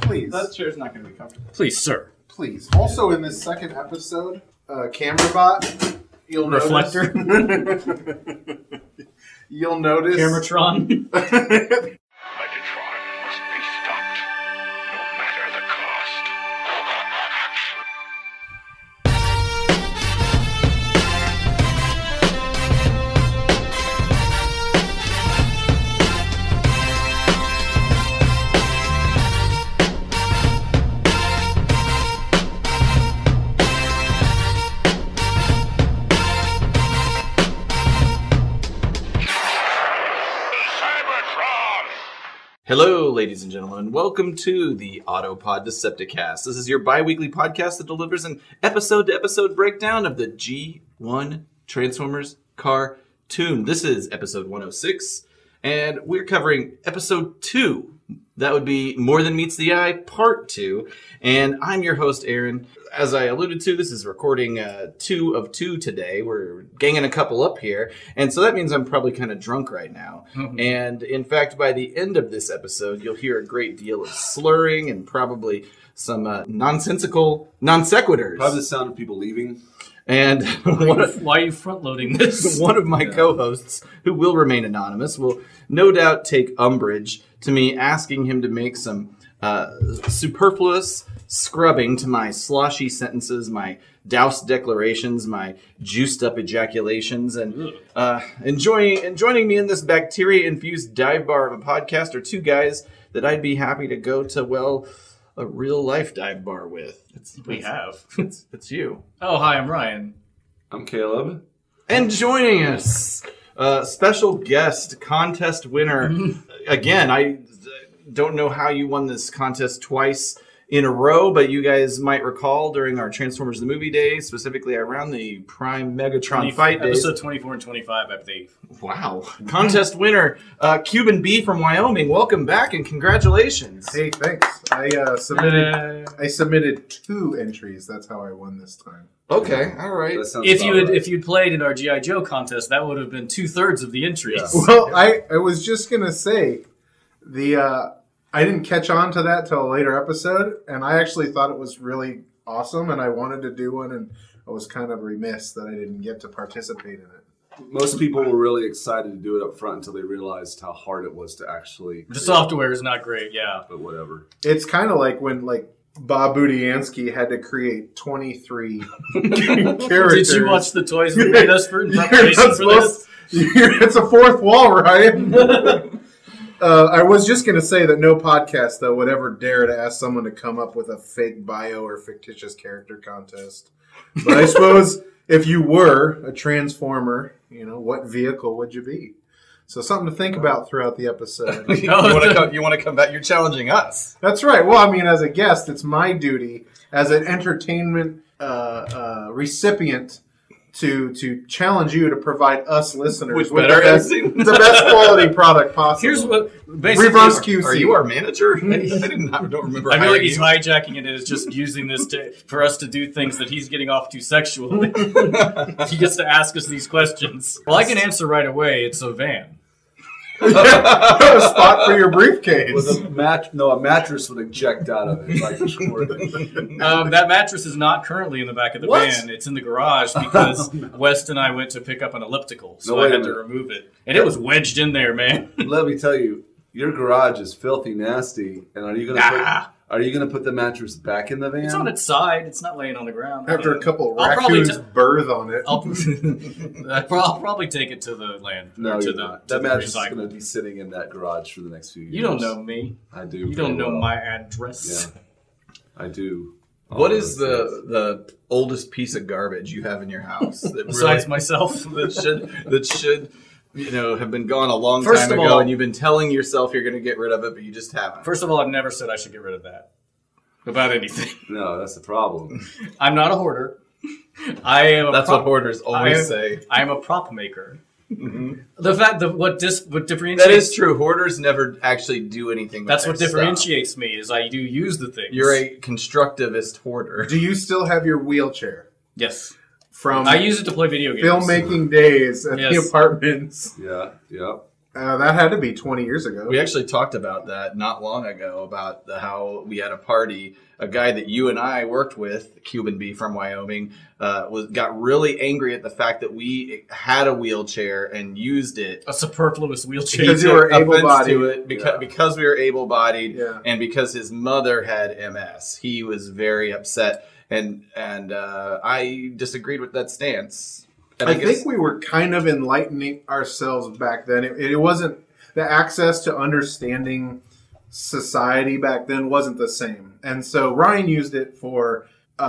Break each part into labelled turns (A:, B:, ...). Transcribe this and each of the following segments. A: Please,
B: That chair's not going to be comfortable.
C: Please, sir.
A: please. Also, in this second episode, uh, camera bot, you'll
C: Reflector.
A: Notice, you'll notice.
C: Cameratron.
D: Megatron must be stopped, no matter the cost. Cybertron!
E: Hello, ladies and gentlemen. Welcome to the Autopod Decepticast. This is your bi weekly podcast that delivers an episode to episode breakdown of the G1 Transformers cartoon. This is episode 106, and we're covering episode 2. That would be More Than Meets the Eye, part 2. And I'm your host, Aaron. As I alluded to, this is recording uh, two of two today. We're ganging a couple up here. And so that means I'm probably kind of drunk right now.
B: Mm-hmm.
E: And in fact, by the end of this episode, you'll hear a great deal of slurring and probably some uh, nonsensical non sequiturs.
B: Probably the sound of people leaving.
E: And one of,
C: Why are you front loading this?
E: one of my co-hosts, who will remain anonymous, will no doubt take umbrage to me asking him to make some uh, superfluous scrubbing to my sloshy sentences, my doused declarations, my juiced up ejaculations, and uh, enjoying and joining me in this bacteria-infused dive bar of a podcast are two guys that I'd be happy to go to. Well. A real life dive bar with. It's,
C: We have.
E: It's, it's you.
C: Oh, hi, I'm Ryan.
B: I'm Caleb.
E: And joining us, uh, special guest, contest winner. Again, I d- don't know how you won this contest twice in a row, but you guys might recall during our Transformers the Movie Day, specifically around the Prime Megatron fight days.
C: episode 24 and 25, I believe.
E: Wow. Contest winner, uh, Cuban B from Wyoming. Welcome back and congratulations.
A: Hey, thanks. I uh, submitted. I submitted two entries. That's how I won this time.
E: Okay, all right.
B: That sounds
C: If you
B: about
C: had
B: right.
C: if you'd played in our GI Joe contest, that would have been two thirds of the entries.
A: Well, I, I was just gonna say the uh, I didn't catch on to that till a later episode, and I actually thought it was really awesome, and I wanted to do one, and I was kind of remiss that I didn't get to participate in it.
B: most people were really excited to do it up front until they realized how hard it was to actually.
C: The software is not great, yeah.
B: But whatever.
A: It's kind of like when like Bob Budiansky had to create twenty three characters.
C: Did you watch the toys we made us for in
A: You're
C: preparation
A: not
C: for this?
A: supposed- You're- it's a fourth wall, Ryan. Uh, I was just going to say that no podcast, though, would ever dare to ask someone to come up with a fake bio or fictitious character contest. But I suppose if you were a transformer, you know, what vehicle would you be? So something to think
C: Uh,
A: about throughout the episode.
E: you want to come, you wanna come back? You're challenging us.
A: That's right. Well, I mean, as a guest, it's my duty as an entertainment uh, uh, recipient to to challenge you to provide us listeners
E: With
A: with
E: better
A: the best,
E: editing.
A: the best quality product possible.
C: Here's what basically
A: reverse QC.
E: Are you our manager? I, didn't, I don't remember.
C: I feel like
E: hiring
C: he's
E: you.
C: hijacking it and is just using this to, for us to do things that he's getting off to sexually. he gets to ask us these questions. Well, I can answer right away. It's a van.
A: a spot for your briefcase?
B: With a mat- no, a mattress would eject out of it. Like, sure.
C: Um, that mattress is not currently in the back of the
B: What? Oh,
C: van. It's in the garage because West and I went to pick up an elliptical, so
B: No,
C: I
B: wait a
C: had to
B: minute.
C: remove it, and it was wedged in there, man.
B: Let me tell you, your garage is filthy nasty. And are you gonna
C: Ah.
B: put, are you gonna put the mattress back in the van?
C: It's on its side. It's not laying on the ground.
A: After a couple
C: I'll probably
A: raccoons
C: t-
A: birth on it.
C: I'll, I'll probably take it to the land. or
B: No,
C: to
B: you're
C: the,
B: not.
C: to
B: That
C: the
B: mattress is
C: recycle.
B: gonna be sitting in that garage for the next few years.
C: You don't know me.
B: I do.
C: You don't
B: very
C: know
B: well.
C: my address.
B: I do.
E: What
C: Oh,
B: All
E: is
B: those
E: the the oldest piece of garbage you have in your house that really,
C: Besides myself,
E: that should that should you know have been gone a long
C: First
E: time
C: of
E: ago
C: all-
E: and you've been telling yourself you're going to get rid of it but you just haven't.
C: First of all, I've never said I should get rid of that about anything.
B: things. No, that's the problem.
C: I'm not a hoarder. I am. A
E: That's
C: prop,
E: what hoarders always
C: I am-
E: say.
C: I am a prop maker. The fact that what dis what differentiates
E: That is true. Hoarders never actually do anything. With
C: that's
E: their
C: what
E: stuff.
C: differentiates me is I do use the things.
E: You're a constructivist hoarder.
A: Do you still have your wheelchair
C: yes.
A: from
C: Um, I use it to play video games.
A: filmmaking days at
C: Yes.
A: the apartments?
B: Yeah, yeah.
A: Uh, that had to be 20 years ago.
E: We actually talked about that not long ago about the, how we had a party. A guy that you and I worked with, Cuban B from Wyoming, uh, was got really angry at the fact that we had a wheelchair and used it.
C: A superfluous wheelchair.
A: Because
E: He
A: you were
E: took offense
A: able-bodied.
E: to it because,
B: Yeah.
E: because we were able-bodied
A: Yeah.
E: and because his mother had MS. He was very upset, and and uh, I disagreed with that stance. And
A: I,
E: guess-
A: think we were kind of enlightening ourselves back then. It, it wasn't the access to understanding society back then wasn't the same, and so Ryan used it for uh,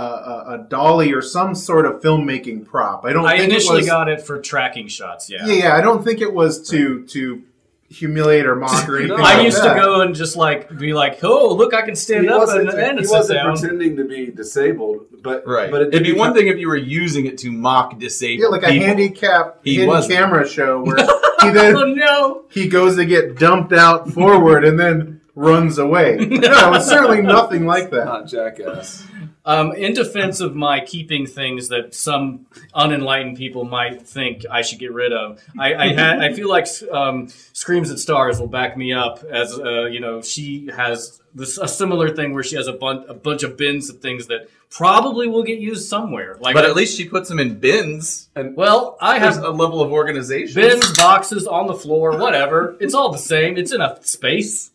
A: a, a dolly or some sort of filmmaking prop. I don't.
C: I
A: think it
C: initially
A: was,
C: got it for tracking shots. Yeah.
A: Yeah, yeah. I don't think it was to to humiliate or mock or anything.
B: No,
A: like
C: I used
A: that.
C: to go and just like be like, "Oh, look, I can stand
B: He
C: up and,
B: wasn't,
C: and
B: he
C: sit
B: wasn't
C: down."
B: pretending to be disabled, but
E: Right,
B: But
E: but it'd be one thing if you were using it to mock disabled.
A: Yeah, like a
E: people.
A: handicap
E: He
A: hidden
E: wasn't.
A: camera show where he then
C: Oh no!
A: he goes to get dumped out forward and then runs away. No, it's certainly nothing like that.
B: not jackass.
C: Um, in defense of my keeping things that some unenlightened people might think I should get rid of, I, I had I feel like um, Screams at Stars will back me up as uh, you know she has this a similar thing where she has a bunch a bunch of bins of things that probably will get used somewhere. Like,
E: But at least she puts them in bins.
C: well, I
E: There's
C: have
E: a level of organization.
C: bins, boxes on the floor, whatever. It's all the same. It's in a space.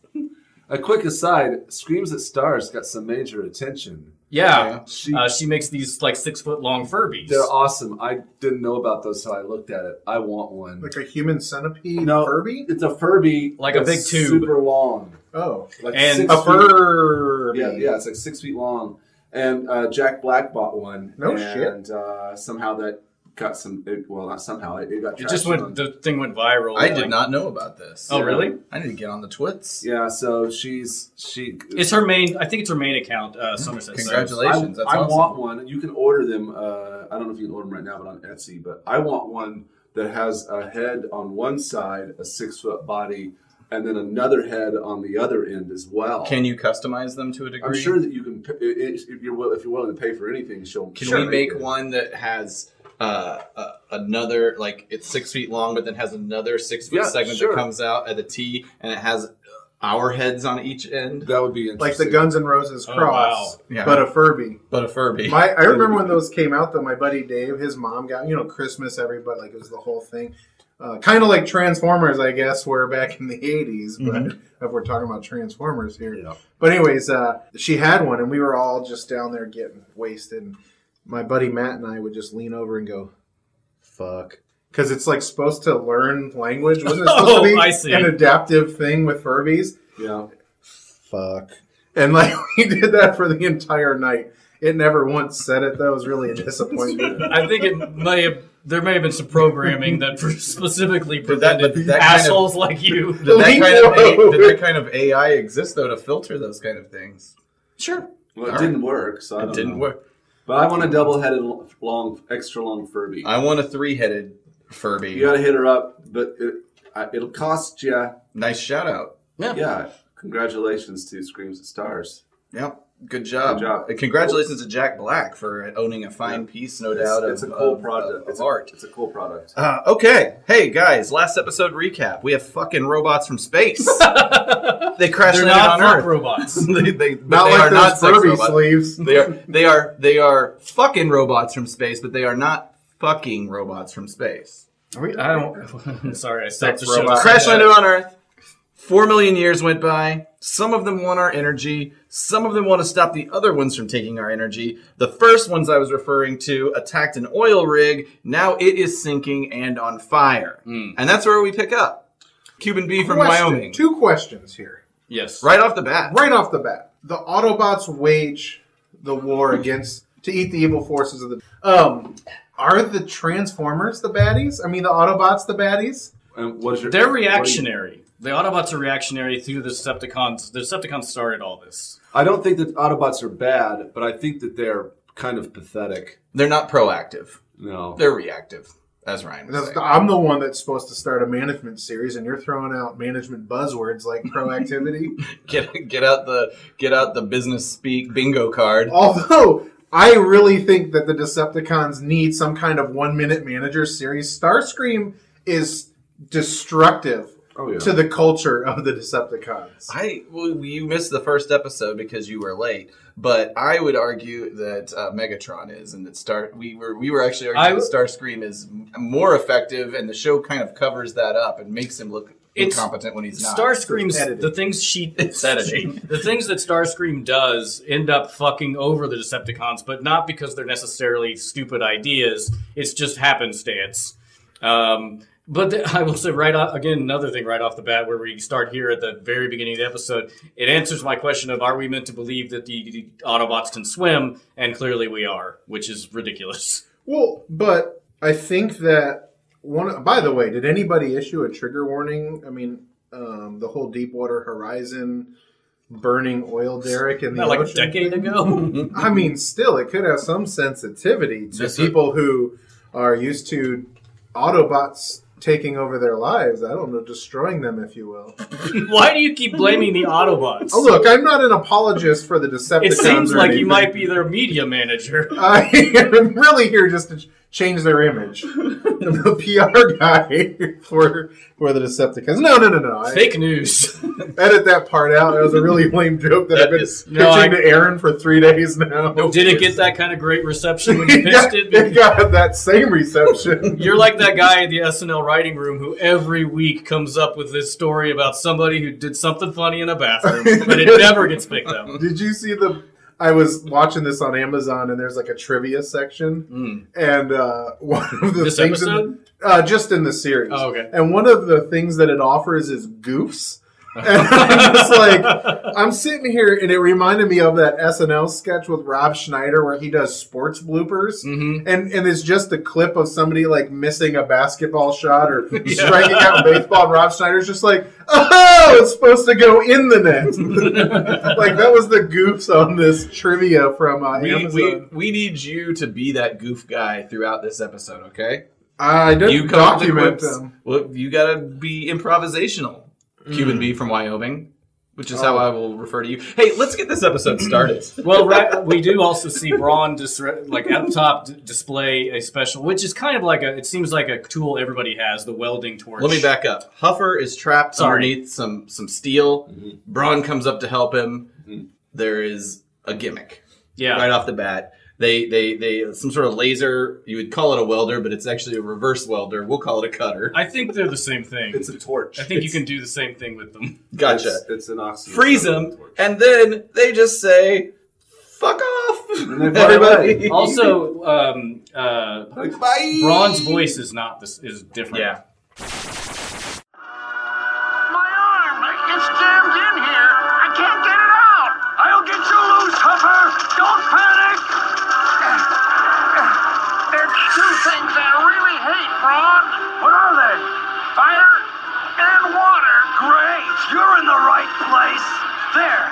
B: A quick aside: Screams at Stars got some major attention.
C: Yeah.
B: She,
C: Uh, she makes these like six foot long Furbies.
B: they're awesome. I didn't know about those till I looked at it. I want one.
A: Like a human centipede
B: No.
A: Furby?
B: It's a Furby,
C: Like a
B: that's
C: big tube.
B: super long,
A: Oh.
B: like
C: And
B: six
A: A
B: feet-
A: Furby.
B: Yeah, yeah, it's like six feet long. And uh, Jack Black bought one.
A: No
B: and,
A: shit.
B: uh, somehow that got some. It, well, not somehow. It, it got.
C: It just
B: traction
C: went.
B: on-
C: The thing went viral.
E: I did
C: like-
E: not know about this.
C: Oh, really?
E: I need to get on the twits.
B: Yeah, so she's she.
C: It's her main. I think it's her main account. Uh, Somerset. Says.
B: I,
E: Hmm. Congratulations. That's
B: I
E: awesome.
B: want one. You can order them. Uh, I don't know if you can order them right now, but on Etsy. But I want one that has a head on one side, a six foot body, and then another head on the other end as well.
E: Can you customize them to a degree?
B: I'm sure that you can. p- i- i- If you're will- if you're willing to pay for anything, she'll.
E: Can
B: she'll
E: we make
B: it.
E: one that has uh, uh, another, like it's six feet long, but then has another six foot
B: Yeah,
E: segment
B: sure.
E: that comes out at the T and it has our heads on each end?
B: That would be
A: Like
B: interesting.
A: the Guns N' Roses
C: Oh,
A: cross,
E: Yeah.
A: but a Furby.
E: But a Furby.
A: My, I remember when those came out. Though my buddy Dave, his mom got you know Christmas. Everybody like it was the whole thing, uh, kind of like Transformers, I guess, were back in the '80s. But if we're talking about Transformers here,
B: Yeah.
A: But anyways, uh, she had one, and we were all just down there getting wasted. And my buddy Matt and I would just lean over and go, "Fuck," because it's like supposed to learn language. Wasn't it supposed
C: Oh,
A: to be
C: I see.
A: an adaptive thing with Furbies?
B: Yeah.
A: Fuck. And like we did that for the entire night. It never once said it. That was really a disappointment.
C: I think it may have. There may have been some programming that for specifically
E: But that-
C: prevented
E: but that kind of-
C: assholes like you.
E: Did that, kind of
A: Whoa.
E: a, did that kind of AI exist though to filter those kind of things?
C: Sure.
B: Well, it
E: Alright.
B: didn't work, so I
E: It
B: don't
E: didn't
B: know.
E: work.
B: But I want a double-headed, l- long, extra long Furby.
E: I want a three-headed Furby.
B: you gotta hit her up, but it, I, it'll cost you.
E: Nice shout out.
B: Yeah, congratulations to Screams at Stars.
E: Yep. Good job.
B: Good job.
E: And congratulations to Jack Black for owning a fine
B: Yeah.
E: piece, no
B: It's,
E: doubt.
B: it's a
E: of,
B: cool
E: of-
B: product.
E: of
B: it's
E: art.
B: A, it's a cool product.
E: Uh, okay. Hey, guys, last episode recap. We have fucking robots from space. they crash
C: They're
E: landed
C: not
E: on
C: fuck
E: Earth.
C: robots.
E: they, they, but
A: Not
E: they
A: like
E: are
A: those
E: not sex
A: Furby
E: robots.
A: sleeves.
E: They are, they are, they are fucking robots from space, but they are not fucking robots from space.
C: I don't. I'm sorry, I stopped
A: Sex
C: the show.
A: robot.
E: Crash
A: yeah.
E: landed on Earth. Four million years went by. Some of them want our energy. Some of them want to stop the other ones from taking our energy. The first ones I was referring to attacked an oil rig. Now it is sinking and on fire. And that's where we pick up. Cuban B from
A: Question-
E: Wyoming.
A: Two questions here.
C: Yes.
E: Right off the bat.
A: right off the bat, the Autobots wage the war against to eat the evil forces of the. Um, are the Transformers the baddies? I mean, the Autobots the baddies?
B: And what is your,
C: They're
B: what do you-
C: reactionary. The Autobots are reactionary through the Decepticons. The Decepticons started all this.
B: I don't think that Autobots are bad, but I think that they're kind of pathetic.
E: They're not proactive.
B: No,
E: They're reactive, as Ryan was
A: That's-
E: saying.
A: I'm the one that's supposed to start a management series, and you're throwing out management buzzwords like proactivity.
E: Get, get out the get out the business speak bingo card.
A: Although. I really think that the Decepticons need some kind of one minute manager series. Starscream is destructive
B: Oh yeah.
A: to the culture of the Decepticons.
E: I well, you missed the first episode because you were late, but I would argue that uh, Megatron is, and that Star we were we were actually
C: I
E: arguing that Starscream is m- more effective, and the show kind of covers that up and makes him look
C: It's-
E: incompetent when he's not.
C: Starscream's
A: Editing.
C: the things she
E: It's editing.
C: the things that Starscream does end up fucking over the Decepticons, but not because they're necessarily stupid ideas. It's just happenstance. Um, but the- I will say right off, again another thing right off the bat where we start here at the very beginning of the episode. It answers my question of are we meant to believe that the, the Autobots can swim? And clearly we are, which is ridiculous.
A: Well, but I think that one. By the way, did anybody issue a trigger warning? I mean, um, the whole Deepwater Horizon burning oil derrick in the
C: Not like a
A: ocean
C: decade
A: thing?
C: ago.
A: I mean, still, it could have some sensitivity to
E: Yes, sir.
A: people who are used to Autobots taking over their lives. I don't know, destroying them, if you will.
C: Why do you keep blaming the Autobots?
A: Oh, look, I'm not an apologist for the Decepticons.
C: It seems
A: or
C: like you
A: anything.
C: might be their media manager.
A: I am really here just to ch- change their image. I'm the PR guy for for the Decepticons. No, no, no, no. I
C: Fake news.
A: edit that part out. That was a really lame joke that,
E: That
A: I've been
E: is-
A: pitching
C: No, I-
A: to Aaron for three days now.
C: Did it get that kind of great reception when you
A: it,
C: pitched
A: got, it
C: it?
A: got that same reception.
C: You're like that guy in the SNL writing room who every week comes up with this story about somebody who did something funny in a bathroom, but it never gets picked up.
A: Did you see the? I was watching this on Amazon, and there's like a trivia section,
C: Mm.
A: and uh, one of the
C: This
A: things in the-
C: episode?
A: uh, just in the series.
C: Oh, okay.
A: And one of the things that it offers is goofs. And I'm just like, I'm sitting here, and it reminded me of that SNL sketch with Rob Schneider where he does sports bloopers.
E: Mm-hmm.
C: Mhm.
A: And, and it's just a clip of somebody like missing a basketball shot or striking out baseball. And Rob Schneider's just like, oh, it's supposed to go in the net. like, that was the goofs on this trivia from uh,
E: We,
A: Amazon.
E: we, we need you to be that goof guy throughout this episode, okay?
A: I didn't
E: You come up with
A: document
E: quips.
A: them.
E: Well, you gotta be improvisational. Cuban
C: Mm.
E: B from Wyoming, which
C: Oh.
E: is how I will refer to you. Hey, let's get this episode started.
C: Well, right, we do also see Braun dis- like up top d- display a special, which is kind of like a. It seems like a tool everybody has, the welding torch.
E: Let me back up. Huffer is trapped
C: Sorry.
E: underneath some some steel. Braun comes up to help him. There is a gimmick
C: Yeah.
E: right off the bat. They they they some sort of laser. You would call it a welder, but it's actually a reverse welder. We'll call it a cutter.
C: I think they're the same thing.
B: It's a torch.
C: I think you can do the same thing with them.
E: Gotcha.
B: It's, it's an oxygen.
E: Freeze them, and then they just say, "Fuck off."
B: they fly away.
E: Everybody.
C: Also, um, uh,
E: Bye.
C: Braun's voice is not this is different.
E: Yeah.
F: My arm! It's jammed in here! I can't get it out! I'll get you loose, Hopper! Don't panic! There's two things I really hate, Braun! What are they? Fire and water! Great! You're in the right place! There!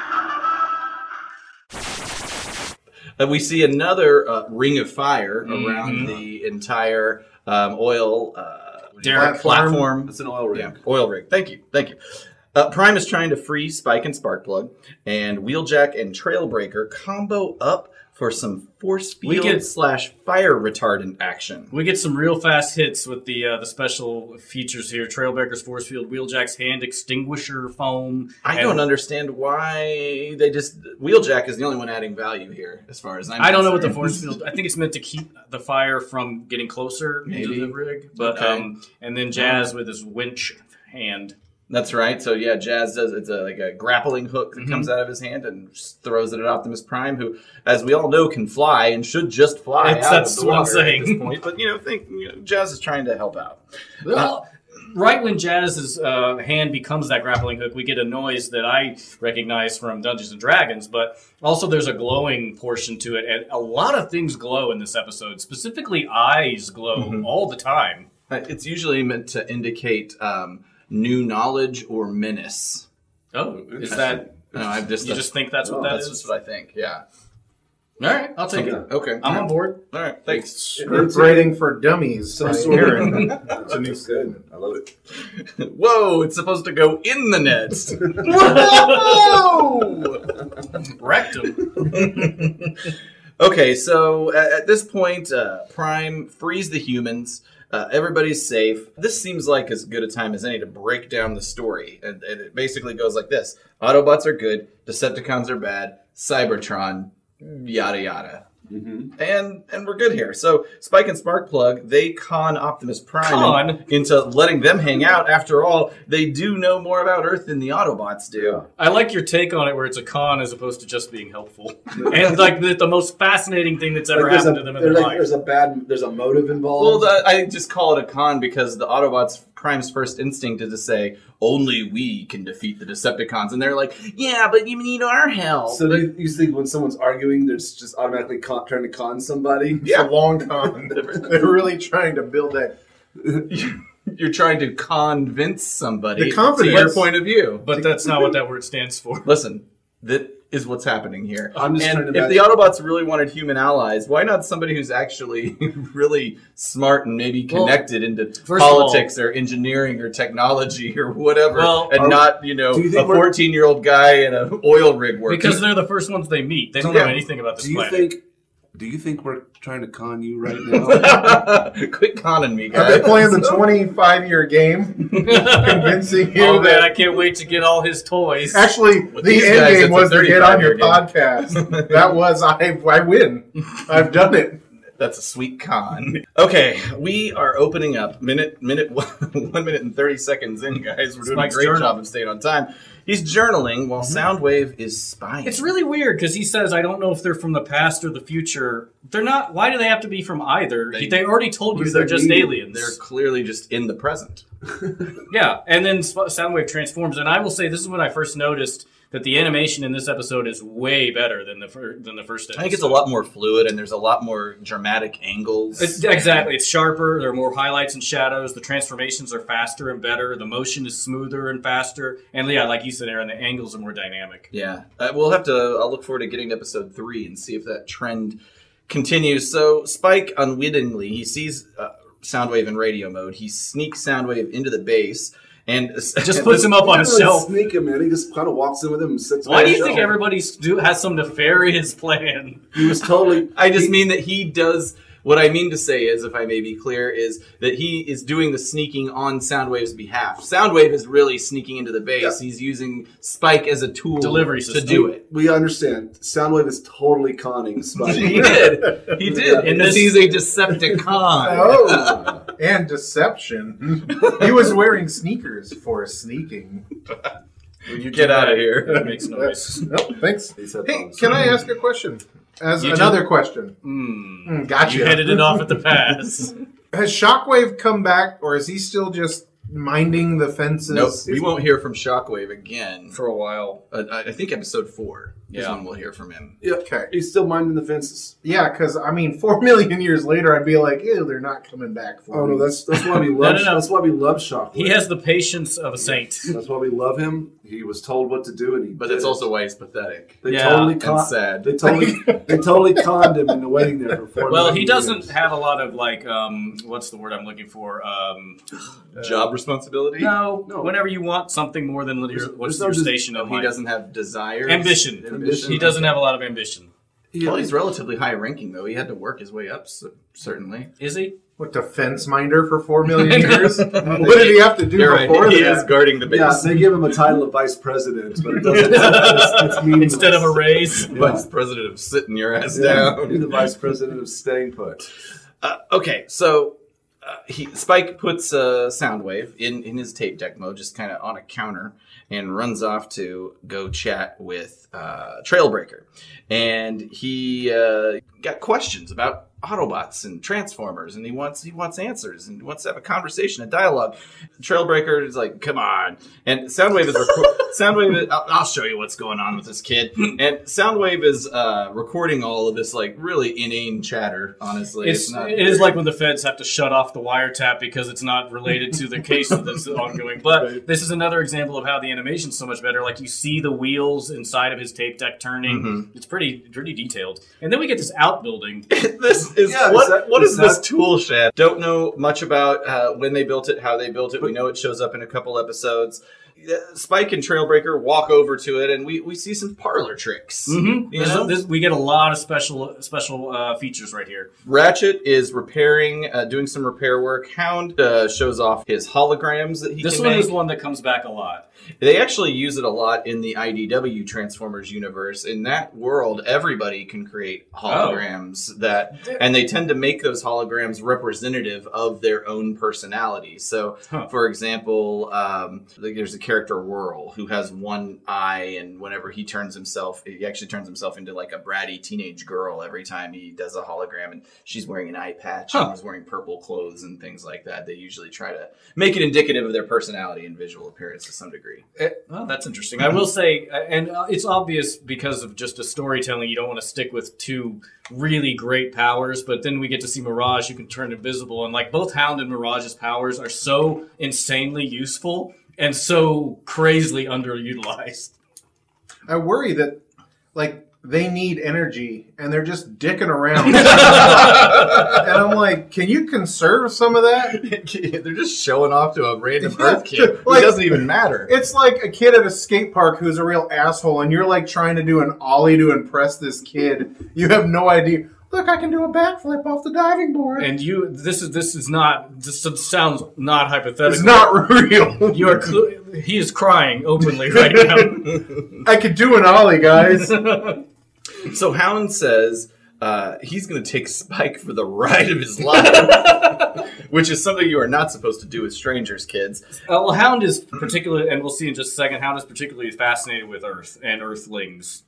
E: And we see another uh, ring of fire
C: Mm-hmm.
E: around the entire um, oil uh,
C: Derrick.
E: platform.
B: It's an oil rig.
E: Yeah, oil rig. Thank you, thank you. Uh, Prime is trying to free Spike and Sparkplug, and Wheeljack and Trailbreaker combo up for some force
C: We
E: field
C: get-
E: slash fire retardant action.
C: We get some real fast hits with the uh, the special features here: Trailbreaker's force field, Wheeljack's hand extinguisher foam.
E: I
C: and-
E: don't understand why they just Wheeljack is the only one adding value here, as far as I'm.
C: I don't know what the
E: concerned.
C: force field. I think it's meant to keep the fire from getting closer
E: Maybe.
C: to the rig. But
E: Okay.
C: um, and then Jazz with his winch hand.
E: That's right. So yeah, Jazz does. It's a, like a grappling hook that
C: Mm-hmm.
E: comes out of his hand and just throws it at Optimus Prime, who, as we all know, can fly and should just fly.
C: That's-
E: out
C: that's
E: of the
C: what I'm
E: water
C: saying.
E: At this point. But you know, think you know, Jazz is trying to help out.
C: Well, Uh, right when Jazz's uh, hand becomes that grappling hook, we get a noise that I recognize from Dungeons and Dragons, but also there's a glowing portion to it, and a lot of things glow in this episode. Specifically, eyes glow
B: Mm-hmm.
C: all the time.
E: Uh, It's usually meant to indicate um, new knowledge or menace.
C: Oh, is
E: interesting.
C: that
E: No, I've just
C: you? Just think that's what
E: Oh,
C: that
E: that's
C: is?
E: just what I think. Yeah. All right, I'll take it.
B: Okay.
E: Okay,
C: I'm on board.
E: All right, thanks.
A: Script rating for dummies. by
B: sort of-
A: Aaron.
B: That's good. I love it.
E: Whoa, it's supposed to go in the net.
C: Rectum.
E: Okay, so at, at this point, uh, Prime frees the humans. Uh, everybody's safe. This seems like as good a time as any to break down the story. And, and it basically goes like this Autobots are good, Decepticons are bad, Cybertron, yada yada. And and we're good here. So Spike and Sparkplug they con Optimus Prime
C: Con?
E: into letting them hang out. After all, they do know more about Earth than the Autobots do.
C: I like your take on it, where it's a con as opposed to just being helpful, and like the, the most fascinating thing that's ever
B: Like, there's,
C: happened
B: a,
C: to them in
B: there's
C: their
B: like-
C: life.
B: there's a bad there's a motive involved.
E: Well, the, I just call it a con because the Autobots Prime's first instinct is to say only we can defeat the Decepticons, and they're like, yeah, but you need our help.
B: so do you, you think when someone's arguing, they're just automatically con- trying to con somebody?
A: It's a long con. They're really trying to build that.
E: You're trying to convince somebody
A: The
E: to
A: confidence.
E: your point of view.
C: but that's not what that word stands for.
E: Listen, that is what's happening here.
B: I'm just trying
E: and
B: to
E: if the Autobots really wanted human allies, why not somebody who's actually really smart and maybe
C: Well,
E: connected into
C: first of
E: politics or engineering or technology or whatever,
C: Well,
E: and
B: are-
E: not you know
B: do you
E: a
B: think we're-
E: 14 year old guy in an oil rig working?
C: Because they're the first ones they meet. They don't know
E: Yeah.
C: anything about this
B: Do you
C: planet.
B: think? Do you think we're trying to con you right now?
E: Quit conning me,
A: Are they
E: guys.
A: playing the 25 year game? Convincing you
C: oh man, I
A: that.
C: can't wait to get all his toys.
A: Actually, the
E: these
A: end
E: guys,
A: game
E: it's a
A: was to get on your
E: 35-year
A: podcast. that was, I, I win. I've done it.
E: That's a sweet con. Okay, we are opening up minute minute one, one minute and thirty seconds in, guys. We're doing
C: Mike's
E: a great
C: journal. Mm-hmm.
E: job of staying on time. He's journaling while Soundwave is spying.
C: It's really weird because he says, "I don't know if they're from the past or the future. They're not. Why do they have to be from either? They,
E: They-
C: already told you
B: does
C: they're
B: that
C: just
B: mean?
C: aliens.
E: They're clearly just in the present.
C: yeah." And then Sp- Soundwave transforms, and I will say this is when I first noticed that the animation in this episode is way better than the fir- than the first. Episode.
E: I think it's a lot more fluid, and there's a lot more dramatic angles.
C: It's- exactly. It's sharper. There are more highlights and shadows. The transformations are faster and better. The motion is smoother and faster. And yeah, like you said, Aaron, the angles are more dynamic.
E: Yeah, uh, we'll have to. I'll look forward to getting to episode three and see if that trend continues. So Spike unwittingly he sees uh, Soundwave in radio mode. He sneaks Soundwave into the base and
C: Just puts him up on a
B: Really
C: shelf.
B: Sneak him in. He just kind of walks in with him and sits.
C: Why
B: on
C: do
B: the
C: you think
B: shelf.
C: everybody do, has some nefarious plan?
B: He was totally.
E: I just mean that he does. What I mean to say is, if I may be clear, is that he is doing the sneaking on Soundwave's behalf. Soundwave is really sneaking into the base. He's using Spike as a tool
C: Delivery
E: to
C: system.
E: do it.
B: We understand. Soundwave is totally conning
E: He
B: Spidey.
E: did. He did.
C: And
E: And
C: this-
E: this, he's a Decepticon.
A: Oh, and deception. he was wearing sneakers for sneaking.
E: You get out of here.
C: That makes noise.
A: Nope, thanks.
B: He said
A: Hey,
B: that.
A: can I ask a question? As
C: You do.
A: another question.
C: Hmm.
A: Mm, gotcha.
C: You headed it off at the pass.
A: Has Shockwave come back, or is he still just minding the fences?
E: Nope. We won't hear from Shockwave again.
C: For a while.
E: Uh, I I think episode four is
C: Yeah.
E: when we'll hear from him.
A: Okay.
B: He's still minding the fences.
A: Yeah, because I mean, four million years later, I'd be like, "Ew, they're not coming back." For
B: Oh no,
A: me."
B: that's that's why we love.
C: no, no.
B: That's why we love Shockwave.
C: He has the patience of a saint.
B: That's why we love him. He was told what to do, and he.
E: But
B: did
E: that's
B: it.
E: also why he's pathetic.
B: they
C: Yeah,
B: totally
E: and
B: con-
E: sad.
B: They totally they totally conned him into waiting there for four.
C: Well, he
B: years.
C: doesn't have a lot of like, um, what's the word I'm looking for? Um,
E: Job responsibility.
C: no,
B: No.
C: whenever you want something more than your, what's
B: there's no
C: your
B: des-
C: station of
E: He
C: life.
E: doesn't have desires.
C: Ambition.
E: Ambition.
C: He doesn't have a lot of ambition.
E: Well, he's relatively high ranking though. He had to work his way up, so, certainly.
C: Is he?
A: what defense minder for four million years. what did he have to do before
E: He
A: that?
E: is guarding the base.
B: Yeah, they give him a title of vice president, but it doesn't. it's, it's meaningless.
C: Instead of a raise.
B: Yeah.
E: Vice president of sitting your ass
B: Yeah,
E: down.
B: he's the vice president of staying put.
E: Uh, okay, so uh, he, Spike puts uh, Soundwave in, in his tape deck mode, just kind of on a counter, and runs off to go chat with uh, Trailbreaker. And he uh, got questions about Autobots and Transformers, and he wants he wants answers and wants to have a conversation, a dialogue. Trailbreaker is like, "Come on!" And Soundwave is reco- Soundwave. Is, I'll, I'll show you what's going on with this kid. And Soundwave is uh, recording all of this like really inane chatter. Honestly,
C: It's,
E: not-
C: it is like when the feds have to shut off the wiretap because it's not related to the case that's ongoing. But
B: Right.
C: this is another example of how the animation's so much better. Like you see the wheels inside of his tape deck turning. It's pretty pretty detailed. And then we get this outbuilding.
E: this is
B: Yeah,
E: what,
B: is that-
E: what
B: is
E: is this
B: that-
E: tool shed? Don't know much about uh, when they built it, how they built it. We know it shows up in a couple episodes. uh, Spike and Trailbreaker walk over to it, and we, we see some parlor tricks.
C: hmm
E: You know?
C: we get a lot of special special uh, features right here.
E: Ratchet is repairing, uh, doing some repair work. Hound uh, shows off his holograms that he
C: This
E: can
C: one
E: make.
C: is one that comes back a lot.
E: They actually use it a lot in the IDW Transformers universe. In that world, everybody can create holograms
C: Oh.
E: that, and they tend to make those holograms representative of their own personality. So,
C: Huh.
E: for example, um, like there's a character Whirl who has one eye, and whenever he turns himself, he actually turns himself into like a bratty teenage girl every time he does a hologram, and she's wearing an eye patch
C: Huh.
E: and was wearing purple clothes and things like that. They usually try to make it indicative of their personality and visual appearance to some degree.
C: Oh, that's interesting. I will say, uh, and uh, it's obvious because of just a storytelling, you don't want to stick with two really great powers, but then we get to see Mirage, who can turn invisible. And like both Hound and Mirage's powers are so insanely useful and so crazily underutilized.
A: I worry that like they need energy and they're just dicking around. and I'm like, can you conserve some of that?
E: They're just showing off to a random
A: Yeah,
E: Earth kid.
A: like-
E: it doesn't even matter.
A: It's like a kid at a skate park who's a real asshole, and you're like trying to do an ollie to impress this kid. You have no idea. Look, I can do a backflip off the diving board.
C: And you, this is this is not. This sounds not hypothetical.
A: it's not real.
C: You are. Cl- he is crying openly right now. Uh,
A: I could do an ollie, guys.
E: so Hound says uh, he's going to take Spike for the ride of his life, which is something you are not supposed to do with strangers, kids.
C: Uh, well, Hound is particularly, and we'll see in just a second. Hound is particularly fascinated with Earth and Earthlings.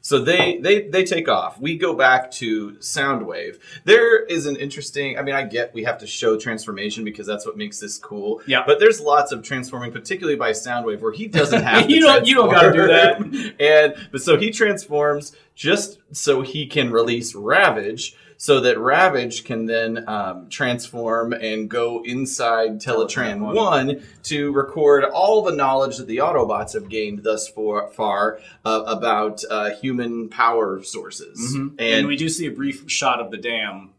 E: So they they they take off. We go back to Soundwave. There is an interesting. I mean, I get we have to show transformation because that's what makes this cool.
C: Yeah.
E: But there's lots of transforming, particularly by Soundwave, where he doesn't have.
C: You
E: to
C: don't- you don't gotta do
E: transform. And but so he transforms just so he can release Ravage. So that Ravage can then um, transform and go inside Teletran
C: Teletran
E: 1 one to record all the knowledge that the Autobots have gained thus for, far uh, about uh, human power sources.
C: Mm-hmm. And, we do see a brief shot of the dam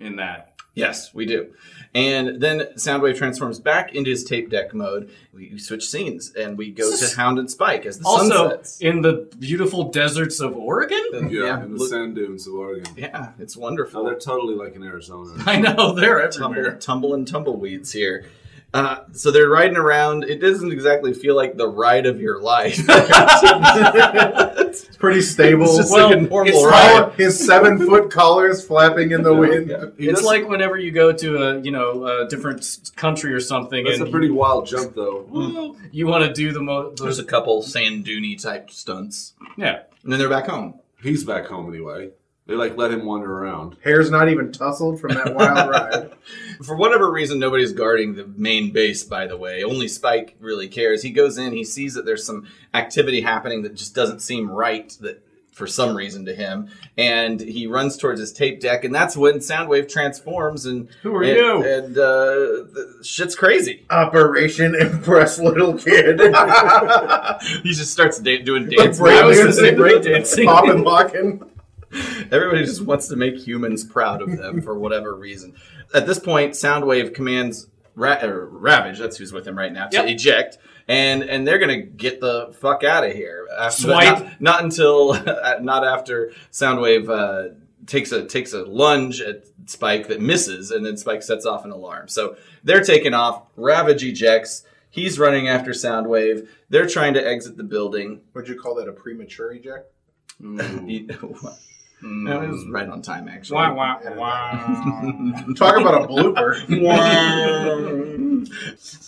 C: in that.
E: Yes, we do. And then Soundwave transforms back into his tape deck mode. We switch scenes and we go to Hound and Spike as the sun
C: Also,
E: sets.
C: in the beautiful deserts of Oregon.
B: Yeah,
E: Yeah,
B: in the
E: look-
B: sand dunes of Oregon.
E: yeah, it's
B: Oh,
E: wonderful.
B: they're totally like in Arizona.
C: I know they're
E: tumble,
C: everywhere.
E: tumble and tumbleweeds here. Uh, so they're riding around. It doesn't exactly feel like the ride of your life.
A: It's pretty stable.
E: It's just
C: Well,
E: like a Oh, normal
C: it's
E: ride.
A: Collar- his seven foot collar is flapping in the wind.
B: He
C: it's
B: does-
C: like whenever you go to a you know a different s- country or something,
B: that's a
C: and
B: pretty wild jump, though.
C: you, want to do the most.
E: There's a couple sand duny type stunts.
C: Yeah.
E: And then they're back home.
B: He's back home anyway. They like let him wander around.
A: Hair's not even tousled from that wild ride.
E: For whatever reason, nobody's guarding the main base, by the way. Only Spike really cares. He goes in, he sees that there's some activity happening that just doesn't seem right that for some reason to him. And he runs towards his tape deck, and that's when Soundwave transforms and
C: Who are
E: and,
C: you?
E: And uh, the shit's crazy.
A: Operation Impress Little Kid.
E: he just starts da- doing dance
A: Break
C: I was
E: moves.
C: gonna say breakdancing.
A: Pop and locking.
E: Everybody just wants to make humans proud of them for whatever reason. At this point, Soundwave commands Ra- er, Ravage, that's who's with him right now, to
C: Yep.
E: eject, and and they're gonna get the fuck out of here. After, but
C: Swipe.
E: Not, not until not after Soundwave uh, takes a takes a lunge at Spike that misses, and then Spike sets off an alarm. So they're taking off. Ravage ejects. He's running after Soundwave. They're trying to exit the building.
A: Would you call that a premature eject?
E: No, it was right on time, actually.
C: Wah, wah, wah.
A: Talk about a blooper.
E: Um,